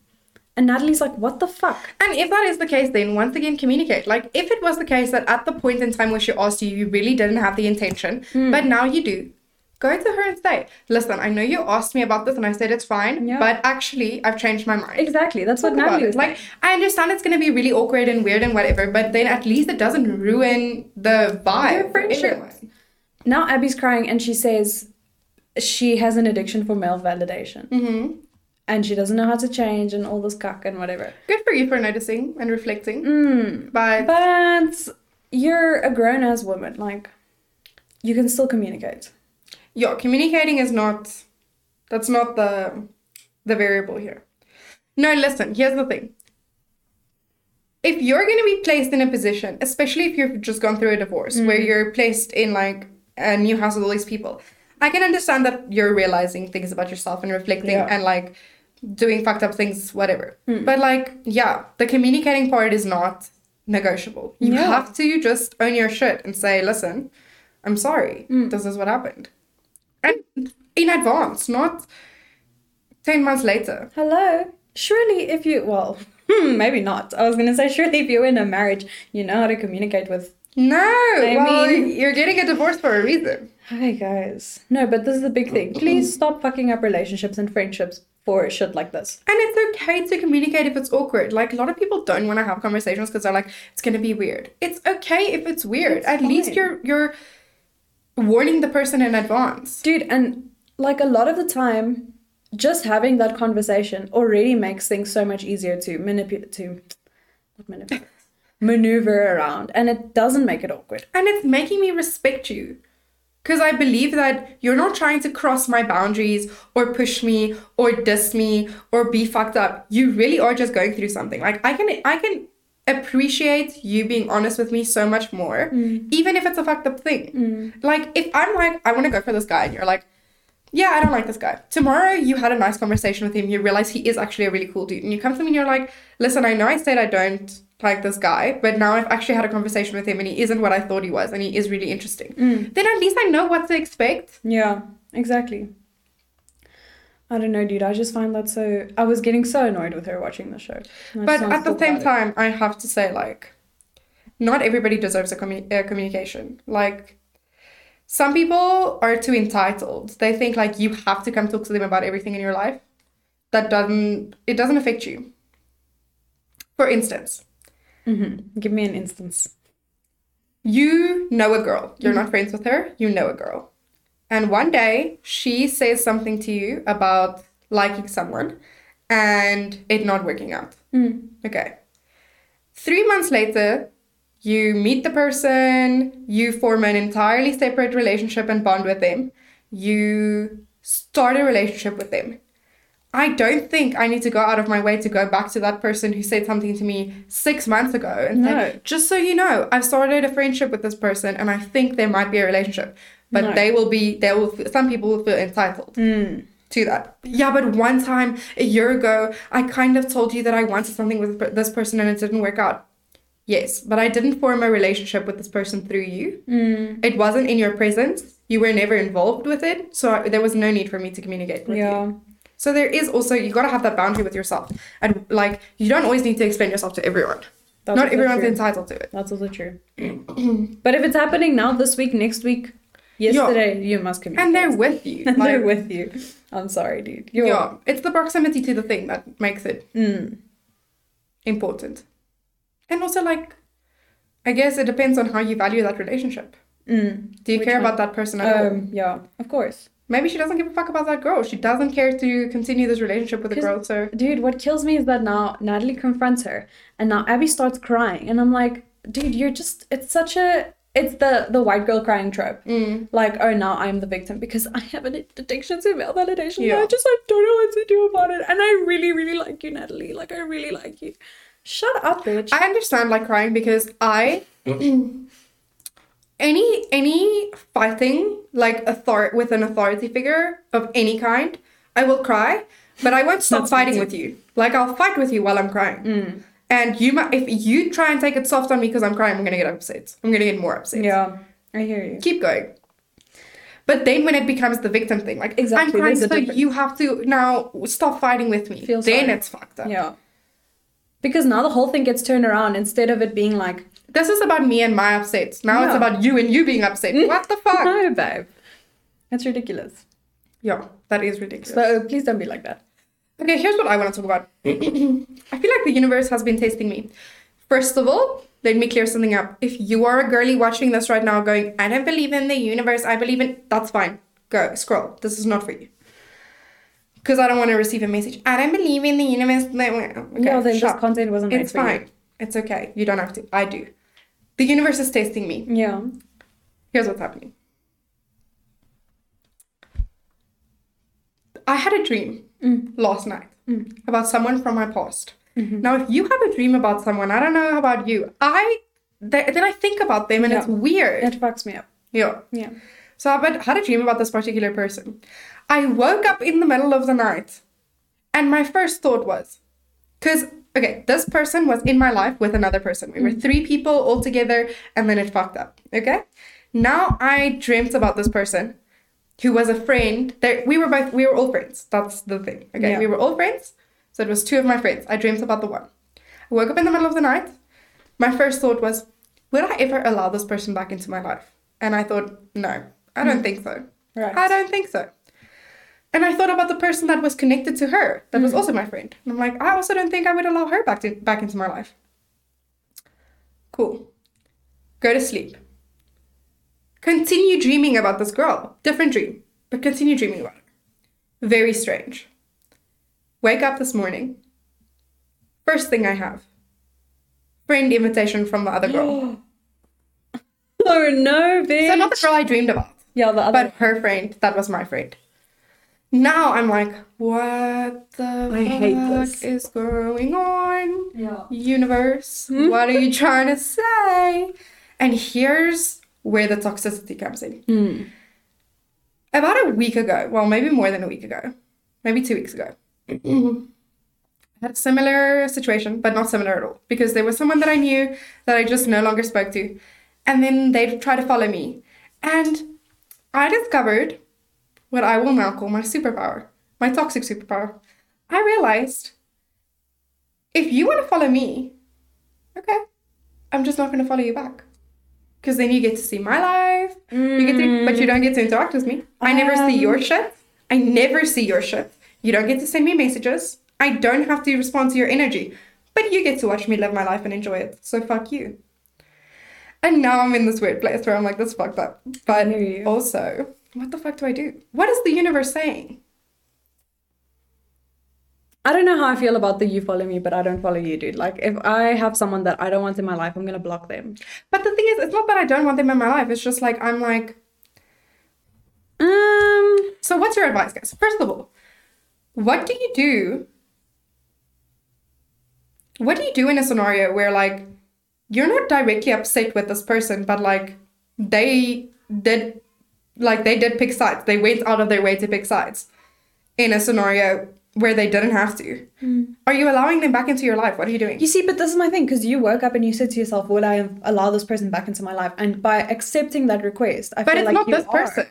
Speaker 1: And Natalie's like, What the fuck?
Speaker 2: And if that is the case, then once again communicate. Like if it was the case that at the point in time where she asked you, you really didn't have the intention, but now you do. Go to her and say, "Listen, I know you asked me about this, and I said it's fine,
Speaker 1: Yeah.
Speaker 2: but actually, I've changed my mind."
Speaker 1: Exactly. That's what
Speaker 2: Talk about
Speaker 1: Natalie
Speaker 2: it.
Speaker 1: was
Speaker 2: Like, I understand it's going to be really awkward and weird and whatever, but then at least it doesn't ruin the vibe.
Speaker 1: Your
Speaker 2: for
Speaker 1: friendship.
Speaker 2: everyone.
Speaker 1: Now Abby's crying and she says she has an addiction for male validation. And she doesn't know how to change and all this cuck and whatever.
Speaker 2: Good for you for noticing and reflecting. But,
Speaker 1: But you're a grown ass woman. Like, you can still communicate.
Speaker 2: yeah, communicating is not. That's not the the variable here. No, listen. Here's the thing. if you're going to be placed in a position, especially if you've just gone through a divorce, where you're placed in like a new house with all these people, I can understand that you're realizing things about yourself and reflecting
Speaker 1: Yeah.
Speaker 2: and like doing fucked up things, whatever. But like, yeah, the communicating part is not negotiable. You
Speaker 1: Yeah.
Speaker 2: have to just own your shit and say, listen, I'm sorry.
Speaker 1: Mm.
Speaker 2: This is what happened. And in advance, not 10 months later.
Speaker 1: Hello. Surely, if you well, [laughs] hmm, maybe not. I was gonna say, surely, if you're in a marriage, you know how to communicate with.
Speaker 2: No, I mean,
Speaker 1: mean-
Speaker 2: you're getting a divorce for a reason.
Speaker 1: Hi guys. No, but this is the big
Speaker 2: [clears throat]
Speaker 1: thing. Please stop fucking up relationships and friendships for shit like this.
Speaker 2: And it's okay to communicate if it's awkward. Like a lot of people don't want to have conversations because they're like, it's gonna be weird. It's okay if it's weird.
Speaker 1: It's
Speaker 2: At least
Speaker 1: fine.
Speaker 2: you're you're warning the person in advance.
Speaker 1: Dude, and like a lot of the time, just having that conversation already makes things so much easier to manipulate to
Speaker 2: [laughs]
Speaker 1: not manipulate. maneuver around and it doesn't make it awkward.
Speaker 2: And it's making me respect you. Cause I believe that you're not trying to cross my boundaries or push me or diss me or be fucked up. You really are just going through something. Like I can I can appreciate you being honest with me so much more, even if it's a fucked up thing. Like if I'm like, I wanna go for this guy and you're like, yeah, I don't like this guy. Tomorrow you had a nice conversation with him, you realize he is actually a really cool dude. And you come to me and you're like, listen, I know I said I don't like this guy, but now I've actually had a conversation with him and he isn't what I thought he was and he is really interesting. Then at least I know what to expect.
Speaker 1: Yeah, exactly. I don't know, dude. I just find that so. I was getting so annoyed with her watching the show. And I
Speaker 2: but
Speaker 1: just wanted
Speaker 2: at
Speaker 1: to
Speaker 2: the
Speaker 1: talk
Speaker 2: same
Speaker 1: about it.
Speaker 2: time, I have to say, like, not everybody deserves a commu- uh, communication. Like, some people are too entitled. They think like you have to come talk to them about everything in your life. That doesn't it doesn't affect you. For instance,
Speaker 1: Mm-hmm. give me an instance.
Speaker 2: you know a girl. You're not friends with her. You know a girl. And one day she says something to you about liking someone and it not working out. Okay. Three months later, you meet the person, you form an entirely separate relationship and bond with them, you start a relationship with them. I don't think I need to go out of my way to go back to that person who said something to me six months ago and
Speaker 1: No.
Speaker 2: say, just so you know, I've started a friendship with this person and I think there might be a relationship. But
Speaker 1: No. Hmm.
Speaker 2: they will be, they will, some people will feel entitled to that. Yeah, but one time a year ago, I kind of told you that I wanted something with per- this person and it didn't work out. Yes, but I didn't form a relationship with this person through you.
Speaker 1: Hmm.
Speaker 2: It wasn't in your presence. You were never involved with it. So I, there was no need for me to communicate with you.
Speaker 1: Yeah.
Speaker 2: So there is also you gotta have that boundary with yourself, and like you don't always need to explain yourself to everyone.
Speaker 1: That's
Speaker 2: Not
Speaker 1: also
Speaker 2: everyone's
Speaker 1: true.
Speaker 2: entitled to it.
Speaker 1: That's
Speaker 2: [clears throat]
Speaker 1: also true. but if it's happening now, this week, next week, yesterday, you must communicate.
Speaker 2: And they're with you.
Speaker 1: [laughs] And
Speaker 2: like,
Speaker 1: they're with you. I'm sorry, dude. You're Mm,
Speaker 2: Yeah, it's the proximity to the thing that makes it important, and also like, I guess it depends on how you value that relationship. Do you
Speaker 1: mm. Which
Speaker 2: care
Speaker 1: one?
Speaker 2: about that person at all?
Speaker 1: Um, yeah, of course.
Speaker 2: Maybe she doesn't give a fuck about that girl. She doesn't care to continue this relationship with the
Speaker 1: 'Cause-
Speaker 2: girl. So
Speaker 1: Dude, what kills me is that now Natalie confronts her and now Abby starts crying and I'm like, dude, you're just it's such a it's the the white girl crying trope.
Speaker 2: Mm.
Speaker 1: Like, oh now I'm the victim because I have an addiction to male validation. Yeah.
Speaker 2: Yeah.
Speaker 1: I just like don't know what to do about it. And I really, really like you, Natalie. Like I really like you. Shut up, bitch.
Speaker 2: I understand like crying because
Speaker 1: [clears throat]
Speaker 2: I any any fighting like author with an authority figure of any kind, I will cry, but I won't stop
Speaker 1: That's Mm. me
Speaker 2: fighting
Speaker 1: too.
Speaker 2: with you. Like I'll fight with you while I'm crying. And you might if you try and take it soft on me because I'm crying, I'm gonna get upset. I'm gonna get more upset.
Speaker 1: yeah. I hear you.
Speaker 2: Keep going. But then when it becomes the victim thing, like I'm
Speaker 1: Exactly,
Speaker 2: crying,
Speaker 1: there's a
Speaker 2: so
Speaker 1: difference.
Speaker 2: you have to now stop fighting with me.
Speaker 1: Feel
Speaker 2: then
Speaker 1: sorry.
Speaker 2: it's fucked up.
Speaker 1: Yeah. Because now the whole thing gets turned around instead of it being like,
Speaker 2: This is about me and my upsets. Now it's
Speaker 1: Yeah. Mm.
Speaker 2: about you and you being upset. What the fuck?
Speaker 1: no, babe. That's ridiculous.
Speaker 2: Yeah, that is ridiculous.
Speaker 1: So please don't be like that.
Speaker 2: Okay, here's what I want to talk about. [clears throat] I feel like the universe has been testing me. First of all, let me clear something up. If you are a girly watching this right now going, I don't believe in the universe, I believe in. That's fine. Go, scroll. This is not for you. Because I don't want to receive a message. I don't believe in the universe. No, okay,
Speaker 1: no, then
Speaker 2: shut
Speaker 1: this
Speaker 2: up.
Speaker 1: content wasn't made
Speaker 2: It's
Speaker 1: for
Speaker 2: fine. It's okay. You don't have to. I do. The universe is testing me.
Speaker 1: you. Yeah.
Speaker 2: here's what's happening. I had a dream
Speaker 1: Mm.
Speaker 2: last night about someone from my past.
Speaker 1: Mm-hmm.
Speaker 2: Now, if you have a dream about someone, I don't know about you. I th- then I think about them and it's
Speaker 1: Yeah.
Speaker 2: weird.
Speaker 1: It fucks me up.
Speaker 2: yeah.
Speaker 1: [gasps] Yeah.
Speaker 2: So I had- had a dream about this particular person. I woke up in the middle of the night, and my first thought was, because okay, this person was in my life with another person. We were
Speaker 1: Mm.
Speaker 2: three people all together, and then it fucked up. Okay, now I dreamt about this person, who was a friend. That we were both we were all friends. That's the thing. Okay,
Speaker 1: Yeah.
Speaker 2: we were all friends. So it was two of my friends. I dreamt about the one. I woke up in the middle of the night. My first thought was, would I ever allow this person back into my life? And I thought, no, I don't think so.
Speaker 1: Mm. Right.
Speaker 2: I don't think so. And I thought about the person that was connected to her, that was also my friend. And I'm like, I also don't think I would allow her back to, back into my life. Cool. Go to sleep. Continue dreaming about this girl. Different dream, but continue dreaming about her. Very strange. Wake up this morning. First thing I have. Friend invitation from the other girl.
Speaker 1: [gasps] Oh no, bitch.
Speaker 2: so not the girl I dreamed about
Speaker 1: yeah, the other.
Speaker 2: but her friend that was my friend now i'm like what the
Speaker 1: I hate
Speaker 2: fuck
Speaker 1: this.
Speaker 2: is going on
Speaker 1: Yeah. Hmm?
Speaker 2: universe what are you trying to say and here's where the toxicity comes in
Speaker 1: Hmm.
Speaker 2: about a week ago well maybe more than a week ago maybe two weeks ago [clears throat] I had a similar situation, but not similar at all, because there was someone that I knew that I just no longer spoke to, and then they tried to follow me. And I discovered what I will now call my superpower, my toxic superpower. I realized if you want to follow me, okay, I'm just not going to follow you back. Because then you get to see my life, you get to, but you don't get to interact with me. I never see
Speaker 1: Mm.
Speaker 2: your shit. I never see your shit. You don't get to send me messages. I don't have to respond to your energy. But you get to watch me live my life and enjoy it. So fuck you. And now I'm in this weird place where I'm like, that's fucked up. But
Speaker 1: hear you.
Speaker 2: also, what the fuck do I do? What is the universe saying?
Speaker 1: I don't know how I feel about the you follow me, but I don't follow you, dude. Like, if I have someone that I don't want in my life, I'm gonna block them.
Speaker 2: But the thing is, it's not that I don't want them in my life. It's just like, I'm like,
Speaker 1: Um,
Speaker 2: so what's your advice, guys? First of all, What do you do? What do you do in a scenario where like you're not directly upset with this person, but like they did like they did pick sides. They went out of their way to pick sides in a scenario where they didn't have to. Are you allowing them back into your life? What are you doing?
Speaker 1: Hmm. You see, but this is my thing because you woke up and you said to yourself, "Will I allow this person back into my life?" And by accepting that request, I
Speaker 2: but
Speaker 1: feel
Speaker 2: it's
Speaker 1: like
Speaker 2: not
Speaker 1: you
Speaker 2: this
Speaker 1: are-
Speaker 2: person.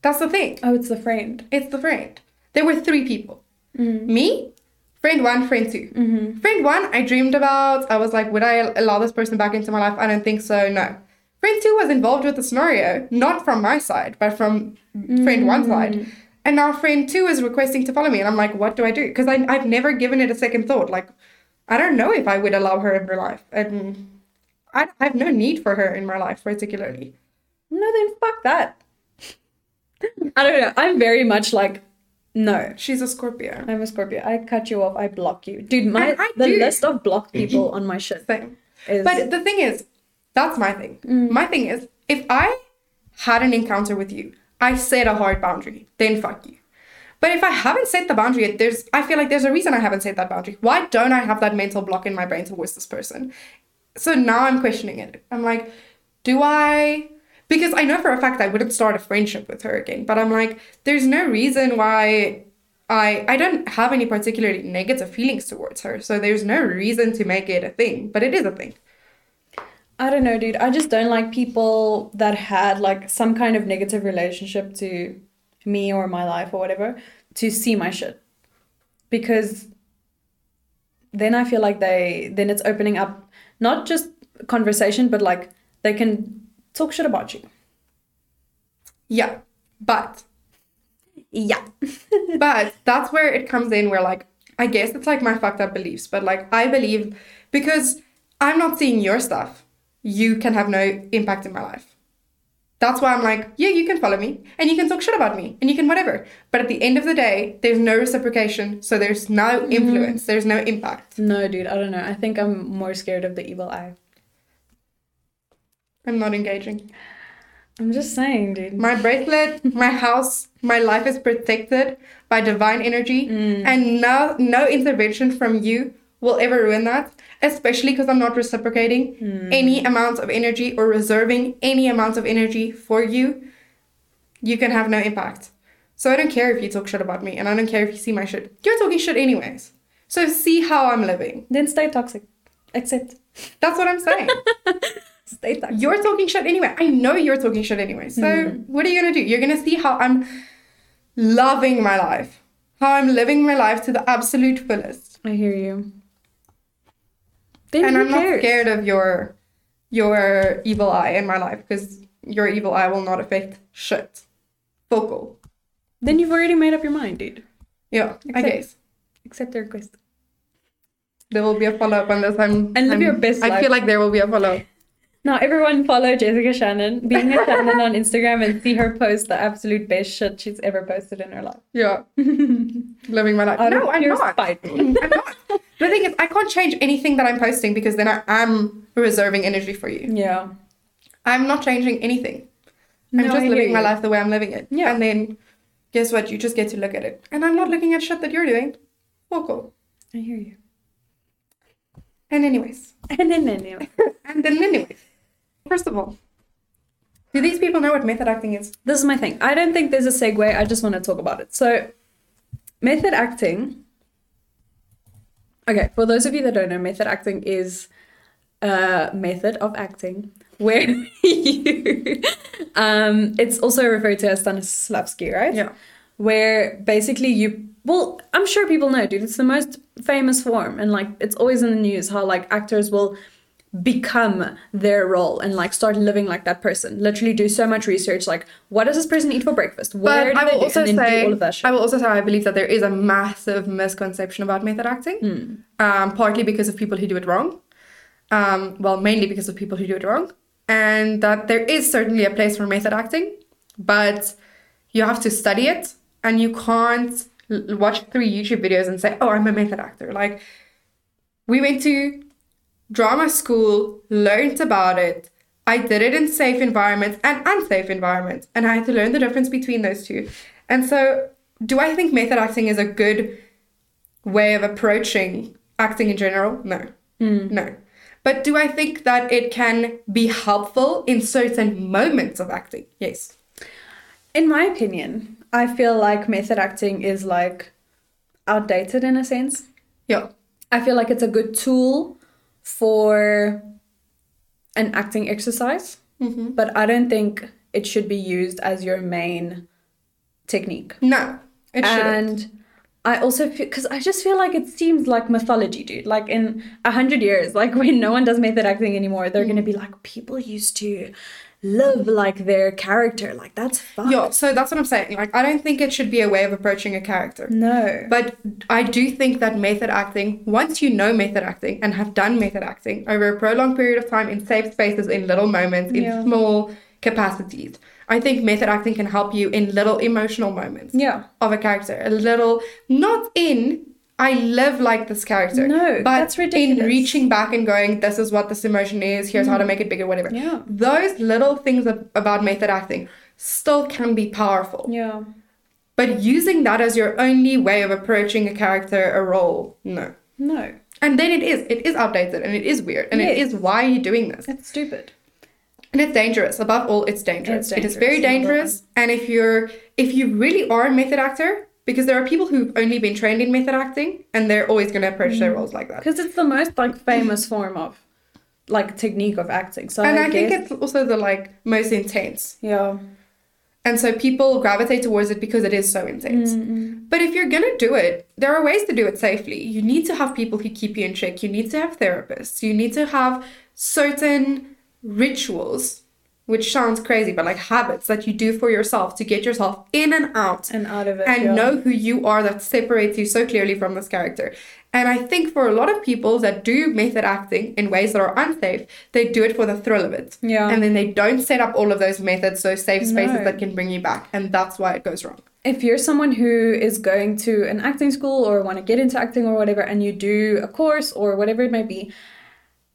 Speaker 2: That's the thing.
Speaker 1: Oh, it's the friend.
Speaker 2: It's the friend. There were three people. Me, friend one, friend 2 Friend one, I dreamed about. I was like, would I allow this person back into my life? I don't think so. No. Friend two was involved with the scenario, not from my side, but from friend one's side. And now friend two is requesting to follow me, and I'm like, what do I do? Because I've never given it a second thought. Like, I don't know if I would allow her in my life, and I, I have no need for her in my life particularly.
Speaker 1: No, then fuck that. [laughs] I don't know. I'm very much like, no.
Speaker 2: She's a Scorpio.
Speaker 1: I'm a Scorpio. I cut you off. I block you, dude. My
Speaker 2: And I
Speaker 1: the
Speaker 2: do.
Speaker 1: list of blocked people on my shit
Speaker 2: Same.
Speaker 1: is.
Speaker 2: But the thing is, that's my thing. My thing is, if I had an encounter with you, I set a hard boundary, then fuck you. But if I haven't set the boundary yet, there's I feel like there's a reason I haven't set that boundary. Why don't I have that mental block in my brain towards this person? So now I'm questioning it. I'm like, do I because I know for a fact I wouldn't start a friendship with her again, but I'm like, there's no reason why I I don't have any particularly negative feelings towards her. So there's no reason to make it a thing, but it is a thing.
Speaker 1: I don't know, dude. I just don't like people that had like some kind of negative relationship to me or my life or whatever to see my shit. Because then I feel like they then it's opening up not just conversation, but like they can talk shit about you.
Speaker 2: Yeah, but
Speaker 1: Yeah.
Speaker 2: but that's where it comes in. Where like I guess it's like my fucked up beliefs, but like I believe because I'm not seeing your stuff, you can have no impact in my life. That's why I'm like, yeah, you can follow me and you can talk shit about me and you can whatever. But at the end of the day, there's no reciprocation, so there's no influence, there's no impact.
Speaker 1: No, dude, I don't know. I think I'm more scared of the evil eye.
Speaker 2: I'm not engaging.
Speaker 1: I'm just saying, dude.
Speaker 2: My bracelet, my house, my life is protected by divine energy, and no no intervention from you will ever ruin that. Especially because I'm not reciprocating any amount of energy or reserving any amount of energy for you. You can have no impact. So I don't care if you talk shit about me, and I don't care if you see my shit. You're talking shit anyways. So see how I'm living.
Speaker 1: Then stay toxic. Accept.
Speaker 2: That's what I'm saying.
Speaker 1: Stay toxic.
Speaker 2: you're talking shit anyway. I know you're talking shit anyway. So
Speaker 1: Hmm.
Speaker 2: what are you gonna do? You're gonna see how I'm loving my life, how I'm living my life to the absolute fullest,
Speaker 1: I hear you. Then
Speaker 2: and
Speaker 1: who
Speaker 2: I'm not
Speaker 1: cares?
Speaker 2: scared of your your evil eye in my life because your evil eye will not affect shit. Vocal,
Speaker 1: Then you've already made up your mind, dude.
Speaker 2: yeah, I
Speaker 1: Except-
Speaker 2: guess.
Speaker 1: Accept the request.
Speaker 2: There will be a follow up on this. I'm
Speaker 1: And live
Speaker 2: I'm-
Speaker 1: your best
Speaker 2: I
Speaker 1: life.
Speaker 2: feel like there will be a follow up.
Speaker 1: Now everyone follow Jessica Shannon, being a Shannon on Instagram, and see her post the absolute best shit she's ever posted in her life.
Speaker 2: Yeah, [laughs] living my life.
Speaker 1: Out
Speaker 2: no,
Speaker 1: of
Speaker 2: I'm
Speaker 1: pure
Speaker 2: not.
Speaker 1: spite.
Speaker 2: [laughs] I'm not. The thing is, I can't change anything that I'm posting because then I am reserving energy for you.
Speaker 1: Yeah.
Speaker 2: I'm not changing anything. I'm
Speaker 1: No, I
Speaker 2: just
Speaker 1: hear
Speaker 2: living my
Speaker 1: you.
Speaker 2: life the way I'm living it.
Speaker 1: Yeah.
Speaker 2: And then guess what? You just get to look at it. And I'm not looking at shit that you're doing. Well, cool.
Speaker 1: I hear you. [laughs]
Speaker 2: And anyways.
Speaker 1: And then anyway.
Speaker 2: And then anyways. First of all, do these people know what method acting is?
Speaker 1: this is my thing. I don't think there's a segue. I just want to talk about it. So, method acting. Okay, for those of you that don't know, method acting is a method of acting where [laughs] you. Um, it's also referred to as Stanislavski, right?
Speaker 2: Yeah.
Speaker 1: Where basically you. Well, I'm sure people know, dude. It's the most famous form, and like it's always in the news how like actors will become their role and like start living like that person. Literally do so much research, like what does this person eat for breakfast?
Speaker 2: But
Speaker 1: Where do
Speaker 2: I
Speaker 1: they
Speaker 2: will
Speaker 1: do?
Speaker 2: also
Speaker 1: and then
Speaker 2: say
Speaker 1: do all of that shit.
Speaker 2: I will also say I believe that there is a massive misconception about method acting,
Speaker 1: Hmm.
Speaker 2: um, partly because of people who do it wrong, um, well mainly because of people who do it wrong, and that there is certainly a place for method acting, but you have to study it, and you can't l- watch three YouTube videos and say, "Oh, I'm a method actor." Like we went to drama school, learnt about it. I did it in safe environments and unsafe environments, and I had to learn the difference between those two. And so do I think method acting is a good way of approaching acting in general? No. No. But do I think that it can be helpful in certain moments of acting? Yes.
Speaker 1: In my opinion, I feel like method acting is like outdated in a sense.
Speaker 2: Yeah.
Speaker 1: I feel like it's a good tool for an acting exercise, but I don't think it should be used as your main technique.
Speaker 2: No. It shouldn't.
Speaker 1: And I also feel because I just feel like it seems like mythology, dude. Like in a hundred years, like [laughs] when no one does method acting anymore, they're gonna be like, people used to live like their character. Like that's fun.
Speaker 2: Yeah, so that's what I'm saying. Like I don't think it should be a way of approaching a character.
Speaker 1: No.
Speaker 2: But I do think that method acting, once you know method acting and have done method acting over a prolonged period of time in safe spaces, in little moments, in
Speaker 1: Yeah.
Speaker 2: small capacities, I think method acting can help you in little emotional moments
Speaker 1: yeah.
Speaker 2: of a character. A little, not in, I live like this character.
Speaker 1: No,
Speaker 2: but
Speaker 1: that's ridiculous. Mm.
Speaker 2: in reaching back and going, this is what this emotion is, here's how to make it bigger, whatever.
Speaker 1: Yeah.
Speaker 2: Those little things ab- about method acting still can be powerful.
Speaker 1: Yeah.
Speaker 2: But using that as your only way of approaching a character, a role, no.
Speaker 1: No.
Speaker 2: And then it is. It is outdated and it is weird. And it
Speaker 1: Yes.
Speaker 2: is why are you doing this?
Speaker 1: It's stupid.
Speaker 2: And it's dangerous. Above all, it's dangerous.
Speaker 1: It's
Speaker 2: It is very
Speaker 1: dangerous, number
Speaker 2: dangerous. And if you're if you really are a method actor, because there are people who've only been trained in method acting and they're always gonna approach
Speaker 1: Mm.
Speaker 2: their roles like that.
Speaker 1: Because it's the most like famous form of like technique of acting. So
Speaker 2: And I think
Speaker 1: guess-
Speaker 2: it's also the like most intense.
Speaker 1: yeah.
Speaker 2: And so people gravitate towards it because it is so intense.
Speaker 1: Mm-hmm.
Speaker 2: But if you're going to do it, there are ways to do it safely. You need to have people who keep you in check. You need to have therapists. You need to have certain rituals, which sounds crazy, but like habits that you do for yourself to get yourself in and out
Speaker 1: And out of it.
Speaker 2: and
Speaker 1: yeah.
Speaker 2: know who you are that separates you so clearly from this character. And I think for a lot of people that do method acting in ways that are unsafe, they do it for the thrill of it.
Speaker 1: Yeah.
Speaker 2: And then they don't set up all of those methods, those safe spaces
Speaker 1: No.
Speaker 2: that can bring you back. And that's why it goes wrong.
Speaker 1: if you're someone who is going to an acting school or want to get into acting or whatever, and you do a course or whatever it might be,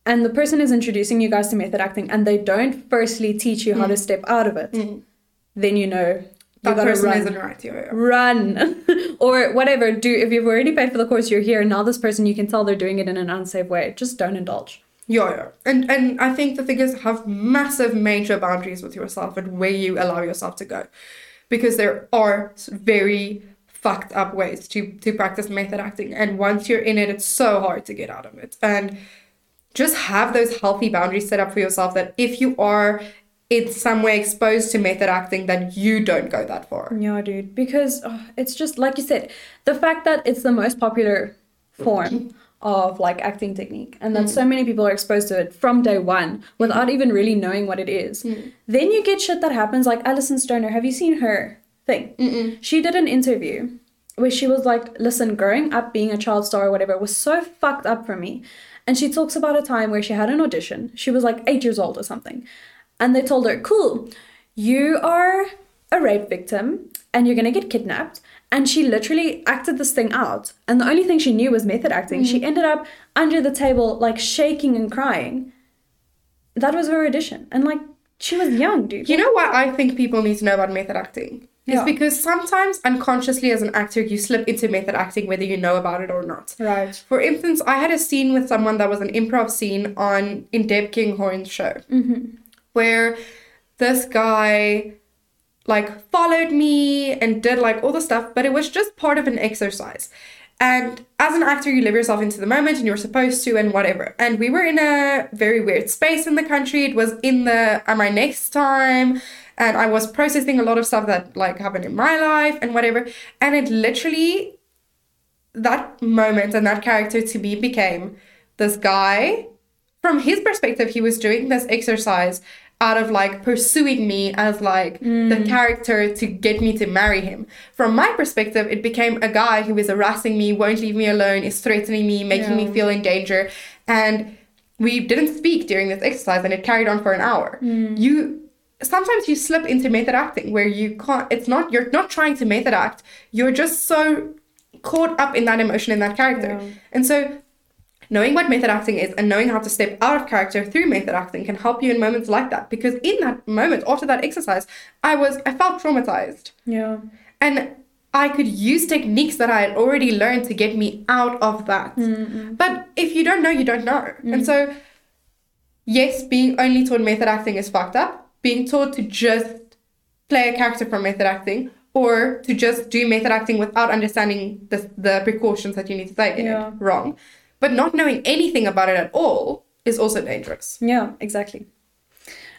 Speaker 1: and the person is introducing you guys to method acting and they don't firstly teach you how to step out of it, then you know you
Speaker 2: Mm. That
Speaker 1: gotta
Speaker 2: person
Speaker 1: run.
Speaker 2: isn't right. Yeah, yeah.
Speaker 1: Run [laughs] or whatever. Do if you've already paid for the course, you're here. Now this person, you can tell they're doing it in an unsafe way. Just don't indulge.
Speaker 2: Yeah, yeah. And and I think the thing is have massive major boundaries with yourself and where you allow yourself to go. Because there are s- very fucked up ways to to practice method acting and once you're in it it's so hard to get out of it. And just have those healthy boundaries set up for yourself that if you are in some way exposed to method acting that you don't go that far.
Speaker 1: Yeah, dude. Because oh, it's just like you said, the fact that it's the most popular form of like acting technique, and that so many people are exposed to it from day one without even really knowing what it is. Then you get shit that happens, like Alison Stoner. Have you seen her thing? She did an interview where she was like, "Listen, growing up being a child star or whatever was so fucked up for me." And she talks about a time where she had an audition. She was like eight years old or something, and they told her, "Cool, you are a rape victim and you're gonna get kidnapped. And she literally acted this thing out. And the only thing she knew was method acting. She ended up under the table, like shaking and crying. That was her audition. And like, she was young, dude.
Speaker 2: You know what I think people need to know about method acting? It's
Speaker 1: Yeah.
Speaker 2: because sometimes unconsciously as an actor you slip into method acting whether you know about it or not.
Speaker 1: Right.
Speaker 2: For instance, I had a scene with someone that was an improv scene on in Deb Kinghorn's show, where this guy like followed me and did like all the stuff, but it was just part of an exercise. And as an actor, you live yourself into the moment and you're supposed to and whatever. And we were in a very weird space in the country. It was in the am I next time? And I was processing a lot of stuff that like happened in my life and whatever. And it literally that moment and that character to me became this guy. From his perspective, he was doing this exercise out of like pursuing me as like
Speaker 1: Mm.
Speaker 2: the character to get me to marry him. From my perspective, it became a guy who is harassing me, won't leave me alone, is threatening me, making me
Speaker 1: Yeah.
Speaker 2: feel in danger. And we didn't speak during this exercise and it carried on for an hour.
Speaker 1: Mm.
Speaker 2: You sometimes you slip into method acting where you can't it's not you're not trying to method act. You're just so caught up in that emotion in that character.
Speaker 1: Yeah.
Speaker 2: And so knowing what method acting is and knowing how to step out of character through method acting can help you in moments like that because in that moment after that exercise I was I felt traumatized.
Speaker 1: Yeah.
Speaker 2: And I could use techniques that I had already learned to get me out of that. But if you don't know, you don't know. And so, yes, being only taught method acting is fucked up. Being taught to just play a character from method acting or to just do method acting without understanding the, the precautions that you need to take in
Speaker 1: Yeah.
Speaker 2: it, wrong. But not knowing anything about it at all is also dangerous.
Speaker 1: Yeah, exactly.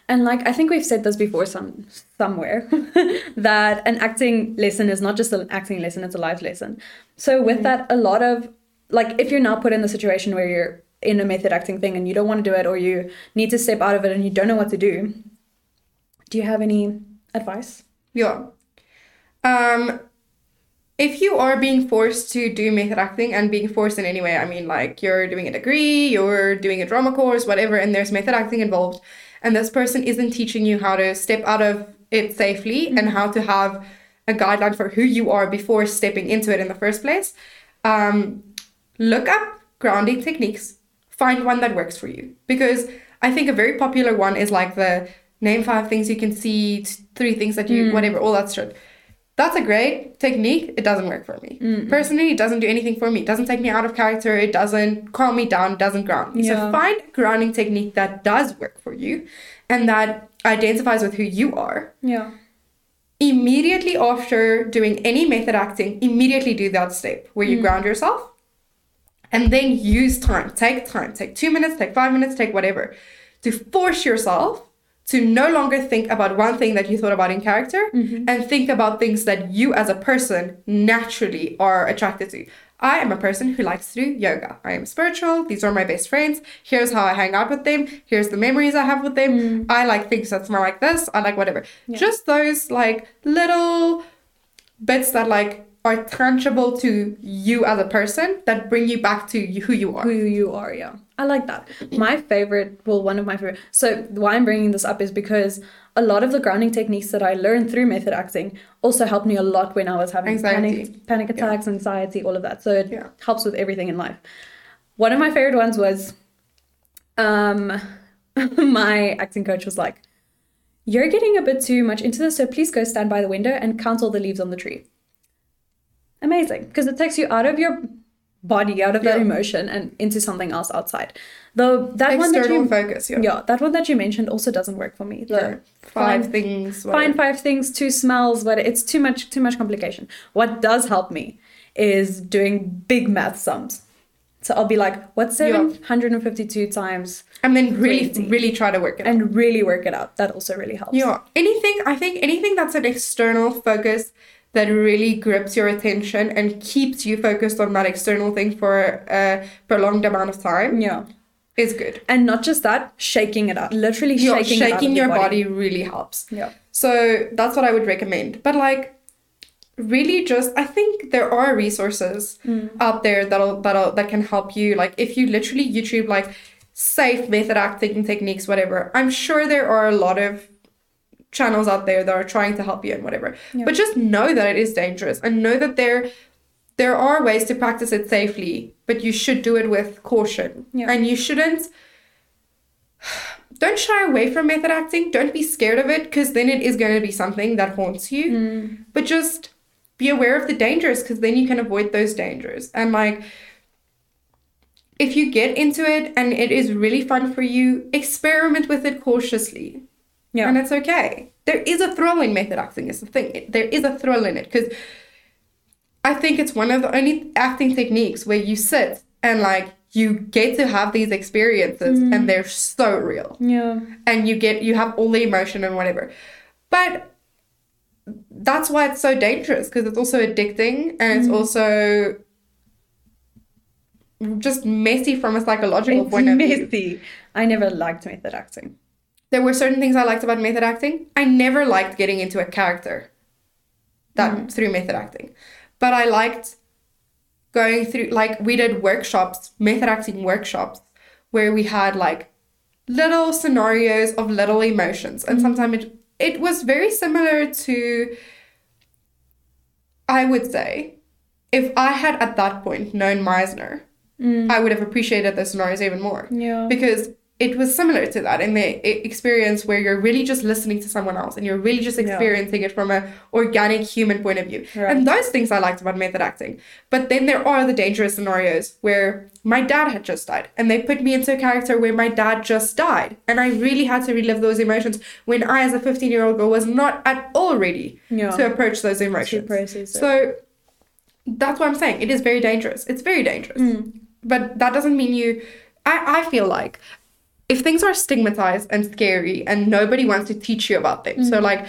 Speaker 1: And like I think we've said this before some somewhere [laughs] that an acting lesson is not just an acting lesson, it's a life lesson. So with that a lot of like if you're now put in the situation where you're in a method acting thing and you don't want to do it or you need to step out of it and you don't know what to do, do you have any advice?
Speaker 2: Yeah. Um, if you are being forced to do method acting and being forced in any way, I mean, like you're doing a degree, you're doing a drama course, whatever, and there's method acting involved, and this person isn't teaching you how to step out of it safely and how to have a guideline for who you are before stepping into it in the first place, um, look up grounding techniques. Find one that works for you. Because I think a very popular one is like the name five things you can see, t- three things that you, whatever, all that shit. That's a great technique. It doesn't work for me. Personally, it doesn't do anything for me. It doesn't take me out of character. It doesn't calm me down. It doesn't ground me.
Speaker 1: Yeah.
Speaker 2: So find a grounding technique that does work for you and that identifies with who you are
Speaker 1: Yeah.
Speaker 2: immediately after doing any method acting, immediately do that step where you ground yourself and then use time. Take time. Take two minutes, take five minutes, take whatever to force yourself to no longer think about one thing that you thought about in character and think about things that you as a person naturally are attracted to. I am a person who likes to do yoga. I am spiritual. These are my best friends. Here's how I hang out with them. Here's the memories I have with them. I like things that smell like this. I like whatever. Just those like little bits that like are tangible to you as a person that bring you back to you, who you
Speaker 1: who
Speaker 2: are.
Speaker 1: you are yeah i like that my favorite well one of my favorite so why i'm bringing this up is because a lot of the grounding techniques that i learned through method acting also helped me a lot when i was having
Speaker 2: Anxiety.
Speaker 1: panic panic attacks anxiety all of that so it
Speaker 2: Yeah.
Speaker 1: helps with everything in life one of my favorite ones was um [laughs] my acting coach was like you're getting a bit too much into this so please go stand by the window and count all the leaves on the tree amazing because it takes you out of your body out of that
Speaker 2: Yeah.
Speaker 1: emotion and into something else outside though that one that
Speaker 2: External
Speaker 1: you
Speaker 2: focus, yeah.
Speaker 1: yeah that one that you mentioned also doesn't work for me the
Speaker 2: Yeah. Five
Speaker 1: find-
Speaker 2: things.
Speaker 1: find
Speaker 2: whatever.
Speaker 1: five things two smells but it's too much too much complication what does help me is doing big math sums so i'll be like what's
Speaker 2: Yeah.
Speaker 1: 752 times
Speaker 2: And then really,
Speaker 1: Crazy.
Speaker 2: really try to work it out.
Speaker 1: and really work it out that also really helps
Speaker 2: Yeah. Anything, I think anything that's an external focus that really grips your attention and keeps you focused on that external thing for a prolonged amount of time
Speaker 1: yeah
Speaker 2: is good.
Speaker 1: and not just that shaking it out literally
Speaker 2: Yeah,
Speaker 1: shaking, it out
Speaker 2: shaking,
Speaker 1: of your,
Speaker 2: your body. really helps.
Speaker 1: yeah
Speaker 2: So that's what I would recommend. But like, really, just I think there are resources
Speaker 1: Hmm.
Speaker 2: out there that'll that'll that can help you. Like, if you literally YouTube like safe method acting techniques, whatever. I'm sure there are a lot of channels out there that are trying to help you and whatever.
Speaker 1: Yeah.
Speaker 2: But just know that it is dangerous and know that there there are ways to practice it safely, but you should do it with caution.
Speaker 1: Yeah.
Speaker 2: And you shouldn't don't shy away from method acting. Don't be scared of it because then it is going to be something that haunts you. But just be aware of the dangers because then you can avoid those dangers. And like, if you get into it and it is really fun for you, experiment with it cautiously.
Speaker 1: yeah
Speaker 2: And it's okay. There is a thrill in method acting, is the thing. It- there is a thrill in it because I think it's one of the only acting techniques where you sit and like you get to have these experiences and they're so real
Speaker 1: yeah
Speaker 2: and you get you have all the emotion and whatever but that's why it's so dangerous because it's also addicting and
Speaker 1: Mm.
Speaker 2: it's also just messy from a psychological
Speaker 1: [laughs] It's
Speaker 2: point of view
Speaker 1: messy. I never liked method acting.
Speaker 2: there were certain things i liked about method acting i never liked getting into a character that through method acting but i liked going through like we did workshops method acting workshops where we had like little scenarios of little emotions and sometimes it, it was very similar to i would say if i had at that point known meisner i would have appreciated the scenarios even more
Speaker 1: Yeah.
Speaker 2: because it was similar to that in the e- experience where you're really just listening to someone else and you're really just experiencing it from an organic human point of view.
Speaker 1: Right.
Speaker 2: And those things I liked about method acting. But then there are the dangerous scenarios where my dad had just died and they put me into a character where my dad just died. And I really had to relive those emotions when I, as a 15 year old girl, was not at all ready
Speaker 1: Yeah.
Speaker 2: to approach those emotions.
Speaker 1: process it.
Speaker 2: So that's what I'm saying. It is very dangerous. It's very dangerous. But that doesn't mean you. I, I feel like if things are stigmatized and scary and nobody wants to teach you about them, so like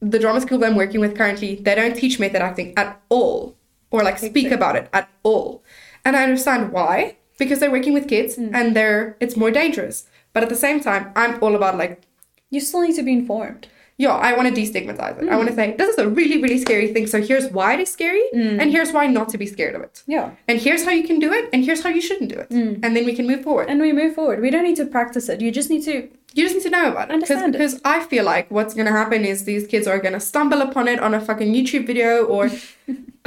Speaker 2: the drama school that I'm working with currently, they don't teach method acting at all or like speak about it at all. And I understand why because they're working with kids and they're it's more dangerous. But at the same time, I'm all about like
Speaker 1: You still need to be informed.
Speaker 2: yeah, I want to destigmatize it. I
Speaker 1: Mm.
Speaker 2: want to say this is a really, really scary thing. So here's why it is scary,
Speaker 1: Mm.
Speaker 2: and here's why not to be scared of it.
Speaker 1: Yeah.
Speaker 2: And here's how you can do it, and here's how you shouldn't do it.
Speaker 1: Mm.
Speaker 2: And then we can move forward.
Speaker 1: And we move forward. We don't need to practice it. You just need to
Speaker 2: You just need to know about it.
Speaker 1: Understand it.
Speaker 2: Because I feel like what's going to happen is these kids are going to stumble upon it on a fucking YouTube video
Speaker 1: [laughs]
Speaker 2: or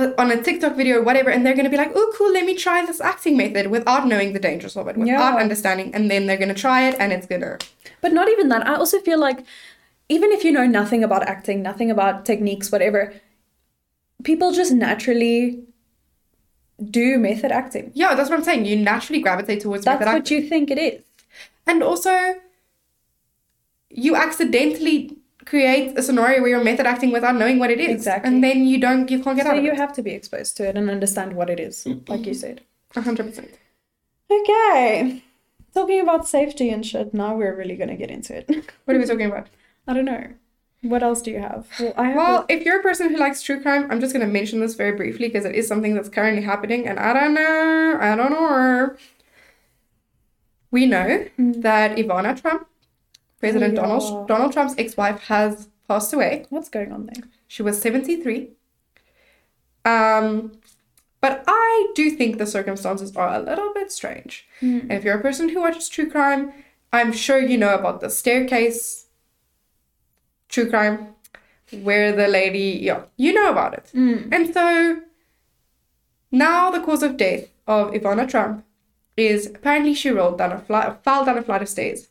Speaker 2: uh, on a TikTok video or whatever, and they're going to be like, oh, cool, let me try this acting method without knowing the dangers of it, without
Speaker 1: Yeah.
Speaker 2: understanding. And then they're going to try it, and it's going to.
Speaker 1: But not even that. I also feel like even if you know nothing about acting, nothing about techniques, whatever, people just naturally do method acting.
Speaker 2: Yeah, that's what I'm saying. You naturally gravitate towards
Speaker 1: That's
Speaker 2: method acting.
Speaker 1: what you think it is.
Speaker 2: And also, you accidentally create a scenario where you're method acting without knowing what it is.
Speaker 1: Exactly.
Speaker 2: And then you don't, you can't get
Speaker 1: So
Speaker 2: out of
Speaker 1: you
Speaker 2: it.
Speaker 1: have to be exposed to it and understand what it is, like you said.
Speaker 2: 100%.
Speaker 1: Okay. Talking about safety and shit, now we're really gonna get into it. [laughs]
Speaker 2: What are we talking about?
Speaker 1: I don't know. What else do you have? Well, I have
Speaker 2: Well, if you're a person who likes true crime, I'm just going to mention this very briefly because it is something that's currently happening. And I don't know, I don't know. We know that Ivana Trump, President
Speaker 1: Mm. Oh, Yeah.
Speaker 2: Donald, Donald Trump's ex wife, has passed away.
Speaker 1: what's going on there?
Speaker 2: She was 73. Um, but I do think the circumstances are a little bit strange. And if you're a person who watches true crime, I'm sure you know about the staircase true crime where the lady, yeah, you know about it. [laughs] And so now the cause of death of Ivana Trump is apparently she rolled down a flight, fell down a flight of stairs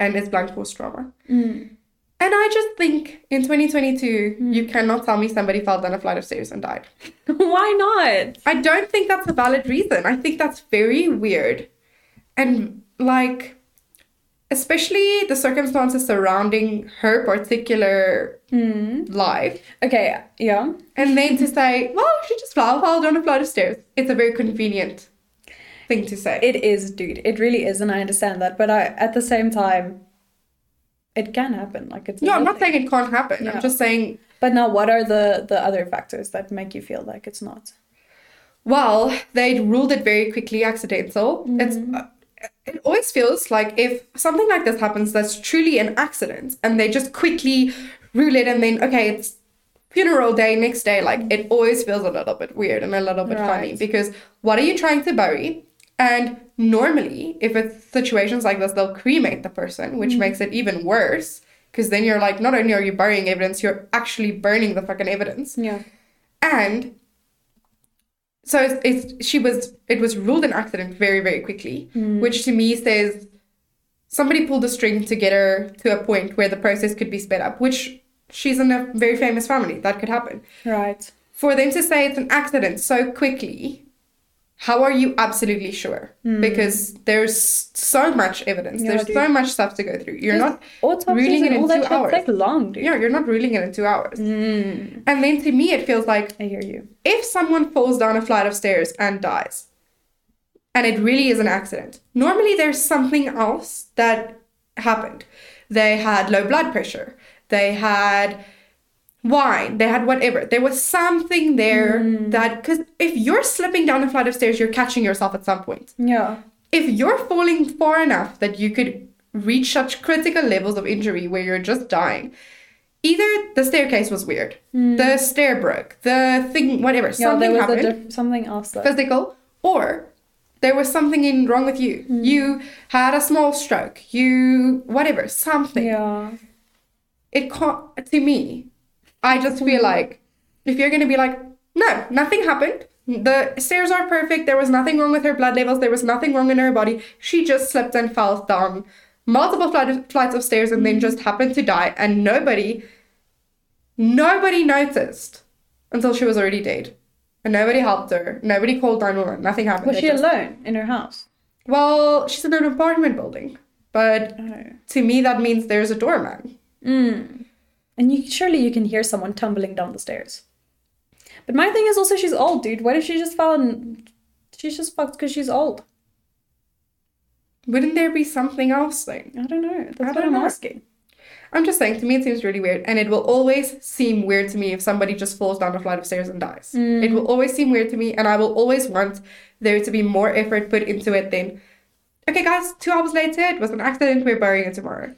Speaker 2: and is blind force trauma. And I just think in 2022, you cannot tell me somebody fell down a flight of stairs and died.
Speaker 1: Why not?
Speaker 2: I don't think that's a valid reason. I think that's very weird. And like, especially the circumstances surrounding her particular life.
Speaker 1: Hmm. Okay, yeah.
Speaker 2: And then to say, well, she just fell, fell down a flight of stairs. It's a very convenient thing to say.
Speaker 1: It is, dude. It really is, and I understand that. But I, at the same time, it can happen. Like it's
Speaker 2: no, I'm not
Speaker 1: nothing.
Speaker 2: saying it can't happen.
Speaker 1: Yeah.
Speaker 2: I'm just saying
Speaker 1: But now, what are the the other factors that make you feel like it's not?
Speaker 2: Well, they ruled it very quickly accidental. It's uh, it always feels like if something like this happens, that's truly an accident, and they just quickly rule it, and then okay, it's funeral day next day. Like it always feels a little bit weird and a little bit funny
Speaker 1: Right.
Speaker 2: because what are you trying to bury? And normally, if it's situations like this, they'll cremate the person, which makes it even worse. Because then you're like, not only are you burying evidence, you're actually burning the fucking evidence
Speaker 1: Yeah.
Speaker 2: and so it's, it's she was it was ruled an accident very very quickly
Speaker 1: Hmm.
Speaker 2: which to me says somebody pulled a string to get her to a point where the process could be sped up which she's in a very famous family that could happen
Speaker 1: Right.
Speaker 2: for them to say it's an accident so quickly how are you absolutely sure because there's so much evidence
Speaker 1: Hmm. Yeah,
Speaker 2: there's
Speaker 1: dude.
Speaker 2: so much stuff to go through you're not
Speaker 1: autopsies
Speaker 2: ruling it
Speaker 1: and
Speaker 2: in
Speaker 1: all that
Speaker 2: two
Speaker 1: shit
Speaker 2: hours.
Speaker 1: take long, dude.
Speaker 2: yeah you're not ruling it in two hours
Speaker 1: Hmm.
Speaker 2: and then to me it feels like
Speaker 1: I hear you.
Speaker 2: if someone falls down a flight of stairs and dies, and it really is an accident, normally there's something else that happened. They had low blood pressure, they had wine, they had whatever. There was something there that, because if you're slipping down a flight of stairs, you're catching yourself at some point.
Speaker 1: Yeah.
Speaker 2: If you're falling far enough that you could reach such critical levels of injury where you're just dying, either the staircase was weird, the stair broke, the thing, whatever,
Speaker 1: Hmm. Yeah.
Speaker 2: something
Speaker 1: there was
Speaker 2: happened,
Speaker 1: a diff- something else. Though.
Speaker 2: physical, or there was something in wrong with you.
Speaker 1: Hmm.
Speaker 2: You had a small stroke, you whatever, something.
Speaker 1: Yeah.
Speaker 2: It
Speaker 1: Mm-hmm.
Speaker 2: can't to me. I just feel like if you're gonna be like, no, nothing happened, The stairs are perfect. There was nothing wrong with her blood levels. There was nothing wrong in her body. She just slipped and fell down multiple flight flights of stairs and
Speaker 1: Mm-hmm.
Speaker 2: then just happened to die. And nobody, nobody noticed until she was already dead. And nobody helped her. Nobody called 911. Nothing happened.
Speaker 1: Was
Speaker 2: They
Speaker 1: she
Speaker 2: just-
Speaker 1: alone in her house?
Speaker 2: Well, she's in an apartment building. But
Speaker 1: Oh.
Speaker 2: to me, that means there's a doorman.
Speaker 1: Mm. And you surely you can hear someone tumbling down the stairs. But my thing is also she's old, dude. What if she just fell and she's just fucked because she's old?
Speaker 2: Wouldn't there be something else then?
Speaker 1: I don't know. That's
Speaker 2: I
Speaker 1: what
Speaker 2: don't
Speaker 1: I'm
Speaker 2: know.
Speaker 1: asking.
Speaker 2: I'm just saying, to me, it seems really weird. And it will always seem weird to me if somebody just falls down a flight of stairs and dies.
Speaker 1: Mm.
Speaker 2: It will always seem weird to me. And I will always want there to be more effort put into it than, okay, guys, two hours later, it was an accident. We're burying it tomorrow.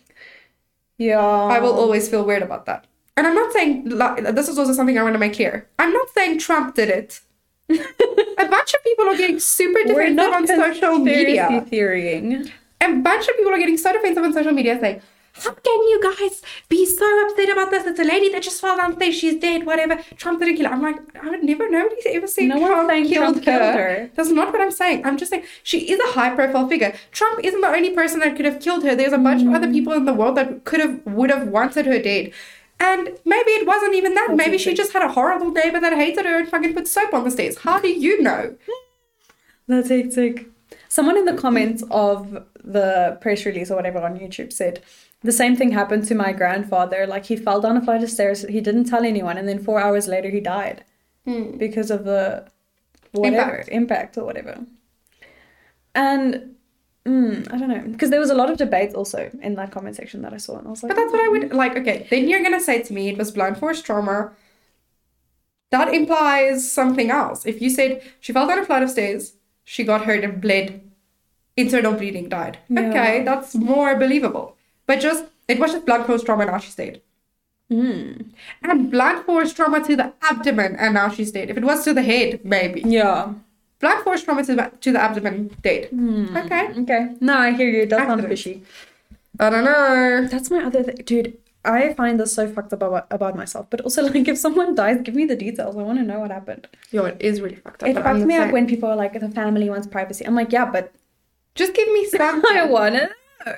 Speaker 1: Yeah.
Speaker 2: I will
Speaker 1: [laughs]
Speaker 2: always feel weird about that. And I'm not saying, like, this is also something I want to make clear. I'm not saying Trump did it. a bunch of people are getting super
Speaker 1: We're
Speaker 2: defensive
Speaker 1: not
Speaker 2: on social media.
Speaker 1: theorying.
Speaker 2: a bunch of people are getting so defensive on social media saying, How can you guys be so upset about this? It's a lady that just fell downstairs, she's dead, whatever. Trump didn't kill her. I'm like, I would never, nobody's ever seen
Speaker 1: No one's
Speaker 2: Trump,
Speaker 1: saying
Speaker 2: killed,
Speaker 1: Trump
Speaker 2: her.
Speaker 1: killed her.
Speaker 2: That's not what I'm saying. I'm just saying she is a high profile figure. Trump isn't the only person that could have killed her. There's a bunch of
Speaker 1: Mm.
Speaker 2: other people in the world that could have, would have wanted her dead. And maybe it wasn't even that. Maybe she just had a horrible neighbor that hated her and fucking put soap on the stairs. How do you know?
Speaker 1: That's hectic. Someone in the comments of the press release or whatever on YouTube said the same thing happened to my grandfather. Like he fell down a flight of stairs. He didn't tell anyone, and then four hours later he died because of the whatever
Speaker 2: Hmm. Impact.
Speaker 1: impact, or whatever. And mm, I don't know because there was a lot of debate also in that comment section that I saw, and I was like, "Hmm."
Speaker 2: But that's what I would like. Okay, then you're gonna say to me it was blind force trauma. That implies something else. If you said she fell down a flight of stairs, she got hurt and bled, internal bleeding, died.
Speaker 1: Yeah.
Speaker 2: Okay, that's more believable. But just it was just blind force trauma. Now she's dead.
Speaker 1: Mm.
Speaker 2: And blind force trauma to the abdomen, and now she's dead. If it was to the head, maybe
Speaker 1: yeah,
Speaker 2: blind force trauma to the, to the abdomen, dead.
Speaker 1: Hmm.
Speaker 2: Okay,
Speaker 1: okay. No, I hear you. It does sound
Speaker 2: Accident.
Speaker 1: fishy.
Speaker 2: I don't know.
Speaker 1: That's my other thing, dude. I find this so fucked up about, about myself, but also [laughs] like if someone dies, give me the details. I want to know what happened.
Speaker 2: Yo, it is really fucked up.
Speaker 1: It
Speaker 2: but I'm
Speaker 1: fucks
Speaker 2: the
Speaker 1: me up
Speaker 2: same.
Speaker 1: when people are like, the family wants privacy. I'm like, yeah, but [laughs]
Speaker 2: just give me some.
Speaker 1: I want to know.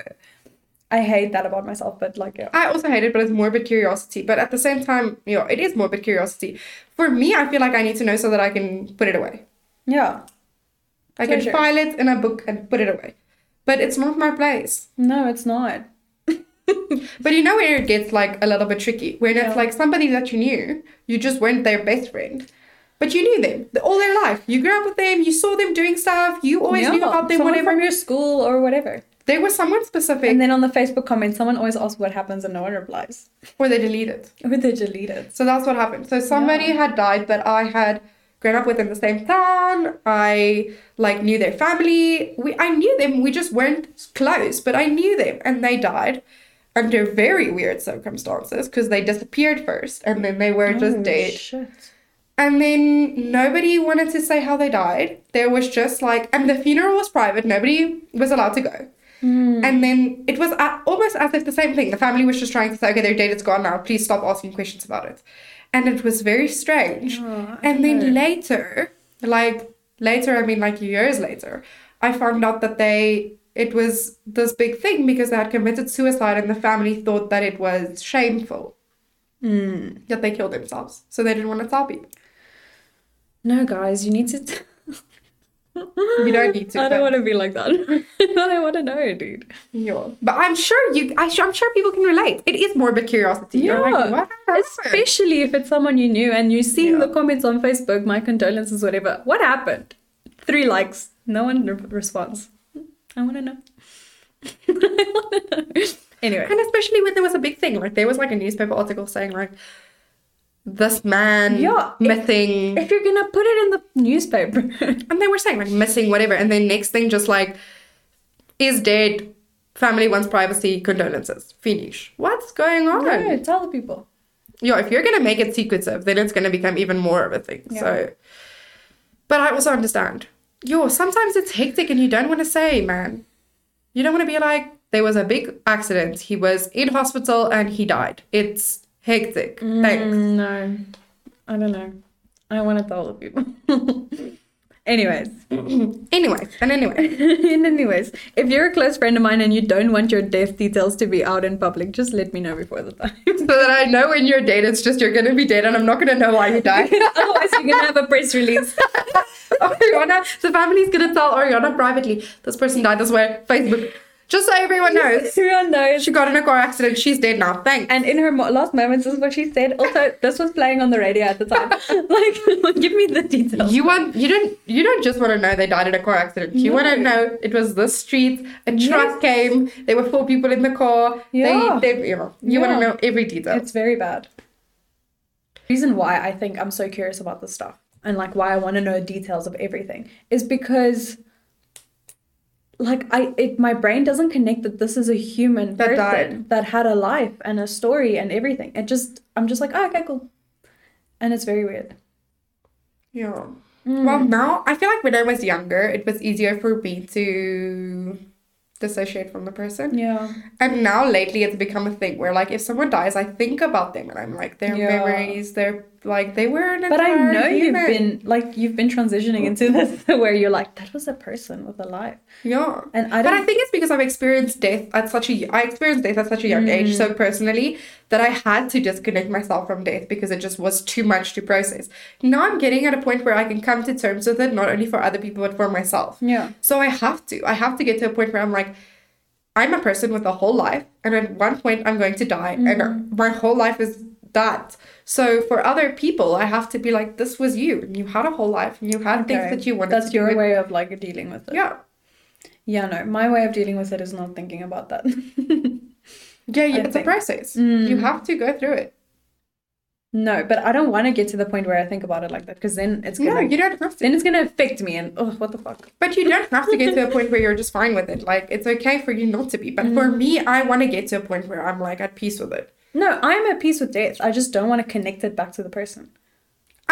Speaker 1: I hate that about myself, but like, yeah.
Speaker 2: I also hate it, but it's morbid curiosity. But at the same time, you know, it is morbid curiosity. For me, I feel like I need to know so that I can put it away.
Speaker 1: yeah.
Speaker 2: I can
Speaker 1: For sure.
Speaker 2: file it in a book and put it away. But it's not my place. [laughs]
Speaker 1: No, it's not.
Speaker 2: But you know where it gets like a little bit tricky, when it's
Speaker 1: Yeah.
Speaker 2: like somebody that you knew, you just weren't their best friend. But you knew them all their life. You grew up with them. You saw them doing stuff. You always knew
Speaker 1: Yeah.
Speaker 2: about them.
Speaker 1: Someone
Speaker 2: Whatever.
Speaker 1: from your school or whatever.
Speaker 2: They were someone specific,
Speaker 1: And then on the Facebook comments, someone always asks what happens and no one replies.
Speaker 2: or they deleted.
Speaker 1: Or they delete it.
Speaker 2: So that's what happened. So somebody had died that I had grown up with in the same town. I like knew their family. We I knew them. We just weren't close, but I knew them, and they died under very weird circumstances because they disappeared first, and then they were just
Speaker 1: Oh,
Speaker 2: dead.
Speaker 1: Shit.
Speaker 2: And then nobody wanted to say how they died. There was just like, and the funeral was private. Nobody was allowed to go.
Speaker 1: Hmm.
Speaker 2: And then it was a- almost as if the same thing. The family was just trying to say, okay, their date is gone now. Please stop asking questions about it. And it was very strange.
Speaker 1: Oh, I
Speaker 2: and then
Speaker 1: know.
Speaker 2: later, like later, I mean like years later, I found out that they, it was this big thing because they had committed suicide and the family thought that it was shameful
Speaker 1: Mm.
Speaker 2: that they killed themselves. So they didn't want to tell people.
Speaker 1: No, guys, you need to. [laughs] T-
Speaker 2: You don't need to.
Speaker 1: I
Speaker 2: but-
Speaker 1: don't want to be like that. [laughs] I want to know, dude.
Speaker 2: Yeah. But I'm sure you. I am sure people can relate. It is morbid curiosity. You're like, what happened?
Speaker 1: especially if it's someone you knew and you're seeing
Speaker 2: Yeah.
Speaker 1: the comments on Facebook, my condolences, whatever. What happened? Three likes, no one re- responds. I want to know. [laughs] I want to know. Anyway,
Speaker 2: And especially when there was a big thing, like there was like a newspaper article saying like, this man
Speaker 1: Yeah, it- [laughs]
Speaker 2: missing,
Speaker 1: if you're gonna put it in the newspaper,
Speaker 2: and they were saying like missing whatever, and then next thing just like, is dead, family wants privacy, condolences, finish. What's going on?
Speaker 1: [laughs] no, tell the people.
Speaker 2: Yeah, if you're gonna make it secretive, then it's gonna become even more of a thing. So, but I also understand. Yo, sometimes it's hectic and you don't want to say, man. You don't want to be like, there was a big accident. He was in hospital and he died. It's hectic. Thanks.
Speaker 1: No, I don't know. I wanted the whole of you. [laughs] anyways,
Speaker 2: Anyway, and
Speaker 1: [laughs]
Speaker 2: anyway.
Speaker 1: and anyways, if you're a close friend of mine and you don't want your death details to be out in public, just let me know before the time. [laughs]
Speaker 2: So that I know when you're dead, it's just you're gonna be dead and I'm not gonna know why you
Speaker 1: [laughs]
Speaker 2: died.
Speaker 1: Otherwise, you're gonna have a press release.
Speaker 2: Ariana, the family's gonna tell Ariana privately, this person died this way, Facebook. Just so everyone
Speaker 1: [laughs]
Speaker 2: knows.
Speaker 1: Everyone knows.
Speaker 2: She got in a car accident, she's dead now. Thanks.
Speaker 1: And in her mo- last moments, this is what she said. Also, this was playing on the radio at the time. [laughs] like, [laughs] give me the details.
Speaker 2: You want you don't you don't just wanna know they died in a car accident. You wanna know it was this street, a truck came, there were four people in the car,
Speaker 1: Yeah.
Speaker 2: they, they you know, you wanna
Speaker 1: Yeah.
Speaker 2: know every detail.
Speaker 1: It's very bad. Reason why I think I'm so curious about this stuff and like why I want to know details of everything is because like I it my brain doesn't connect that this is a human
Speaker 2: That
Speaker 1: person
Speaker 2: died.
Speaker 1: that had a life and a story and everything. It just I'm just like, oh okay, cool. And it's very weird.
Speaker 2: Yeah. Well, now I feel like when I was younger, it was easier for me to dissociate from the person.
Speaker 1: Yeah.
Speaker 2: And now lately, it's become a thing where, like, if someone dies, I think about them and I'm like, their
Speaker 1: Yeah.
Speaker 2: memories, they're like, they were an
Speaker 1: But I
Speaker 2: entire
Speaker 1: know you've
Speaker 2: human.
Speaker 1: been like you've been transitioning
Speaker 2: [laughs]
Speaker 1: into this [laughs] where you're like, that was a person with a life.
Speaker 2: Yeah.
Speaker 1: And I
Speaker 2: But
Speaker 1: don't
Speaker 2: I think it's because I've experienced death at such a I experienced death at such a young age
Speaker 1: Mm.
Speaker 2: so personally that I had to disconnect myself from death because it just was too much to process. Now I'm getting at a point where I can come to terms with it not only for other people but for myself.
Speaker 1: Yeah.
Speaker 2: So I have to. I have to get to a point where I'm like I'm a person with a whole life and at one point I'm going to die
Speaker 1: Mm.
Speaker 2: and my whole life is that. So for other people I have to be like this was you and you had a whole life and you had things
Speaker 1: Okay.
Speaker 2: that you wanted
Speaker 1: That's
Speaker 2: to do
Speaker 1: your
Speaker 2: with-
Speaker 1: way of like dealing with it.
Speaker 2: Yeah.
Speaker 1: Yeah, no, my way of dealing with it is not thinking about that. [laughs]
Speaker 2: Yeah, yeah,
Speaker 1: I
Speaker 2: it's a
Speaker 1: think.
Speaker 2: process. You have to go through it.
Speaker 1: no, but I don't want to get to the point where I think about it like that because then it's
Speaker 2: No,
Speaker 1: gonna
Speaker 2: you don't have to.
Speaker 1: then it's gonna affect me and oh, what the fuck?
Speaker 2: But you don't have to get to a point where you're just fine with it. Like it's okay for you not to be. But for me, I want to get to a point where I'm like at peace with it.
Speaker 1: No, I'm at peace with death. I just don't want to connect it back to the person.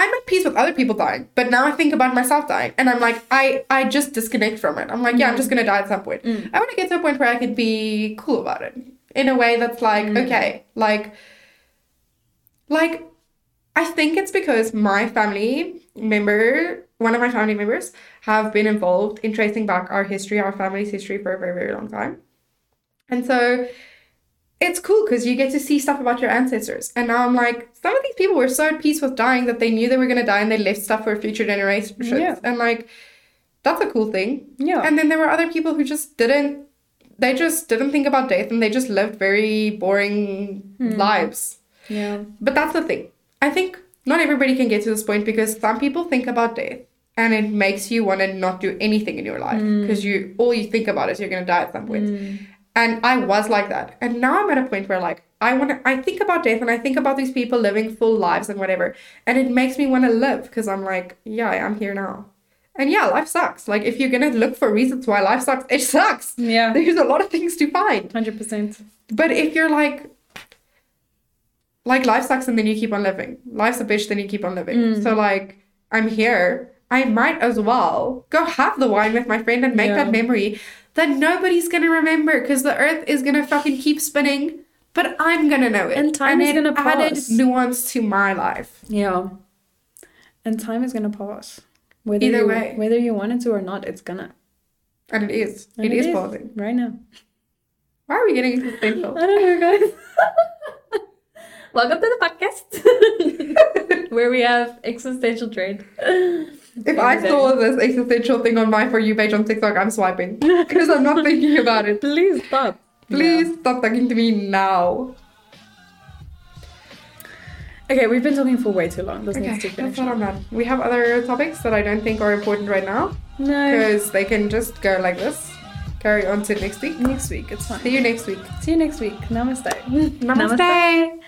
Speaker 2: I'm at peace with other people dying, but now I think about myself dying, and I'm like, I I just disconnect from it. I'm like, yeah, I'm just gonna die at some point. I want to get to a point where I can be cool about it in a way that's like, okay, like, like, I think it's because my family member, one of my family members, have been involved in tracing back our history, our family's history for a very very long time, and so it's cool because you get to see stuff about your ancestors. And now I'm like, some of these people were so at peace with dying that they knew they were going to die and they left stuff for future generations.
Speaker 1: Yeah.
Speaker 2: And like, that's a cool thing.
Speaker 1: Yeah.
Speaker 2: And then there were other people who just didn't, they just didn't think about death and they just lived very boring
Speaker 1: Hmm.
Speaker 2: lives.
Speaker 1: Yeah.
Speaker 2: But that's the thing. I think not everybody can get to this point because some people think about death and it makes you want to not do anything in your life because you all you think about is you're going to die at some point. And I was like that. And now I'm at a point where like I want to I think about death and I think about these people living full lives and whatever and it makes me want to live because I'm like, yeah, I'm here now. And yeah, life sucks. Like if you're going to look for reasons why life sucks, it sucks.
Speaker 1: Yeah.
Speaker 2: There's a lot of things to find.
Speaker 1: Hundred percent.
Speaker 2: But if you're like, like life sucks and then you keep on living. Life's a bitch, then you keep on living.
Speaker 1: Mm.
Speaker 2: So like, I'm here. I might as well go have the wine with my friend and make
Speaker 1: Yeah.
Speaker 2: that memory that nobody's gonna remember because the earth is gonna fucking keep spinning. But I'm gonna know it.
Speaker 1: And time is
Speaker 2: it
Speaker 1: gonna
Speaker 2: added
Speaker 1: pass.
Speaker 2: nuance to my life.
Speaker 1: Yeah. And time is gonna pass. Whether
Speaker 2: Either
Speaker 1: you,
Speaker 2: way.
Speaker 1: whether you want it to or not, it's gonna.
Speaker 2: And it is.
Speaker 1: And
Speaker 2: it is, pausing.
Speaker 1: right now.
Speaker 2: Why are we getting into this thing?
Speaker 1: [laughs] I don't know, guys. Welcome to the
Speaker 2: [laughs]
Speaker 1: podcast where we have existential dread.
Speaker 2: If I saw this existential thing on my For You page on TikTok, I'm swiping. Because I'm not thinking about it.
Speaker 1: Please stop.
Speaker 2: Please stop talking to me now.
Speaker 1: Okay, we've been talking for way too long. This
Speaker 2: Okay,
Speaker 1: needs to
Speaker 2: that's
Speaker 1: finish.
Speaker 2: not on that. We have other topics that I don't think are important right now
Speaker 1: No.
Speaker 2: because they can just go like this. Carry on to next week.
Speaker 1: Next week, it's fine.
Speaker 2: See you next week.
Speaker 1: See you next week. Namaste.
Speaker 2: Namaste.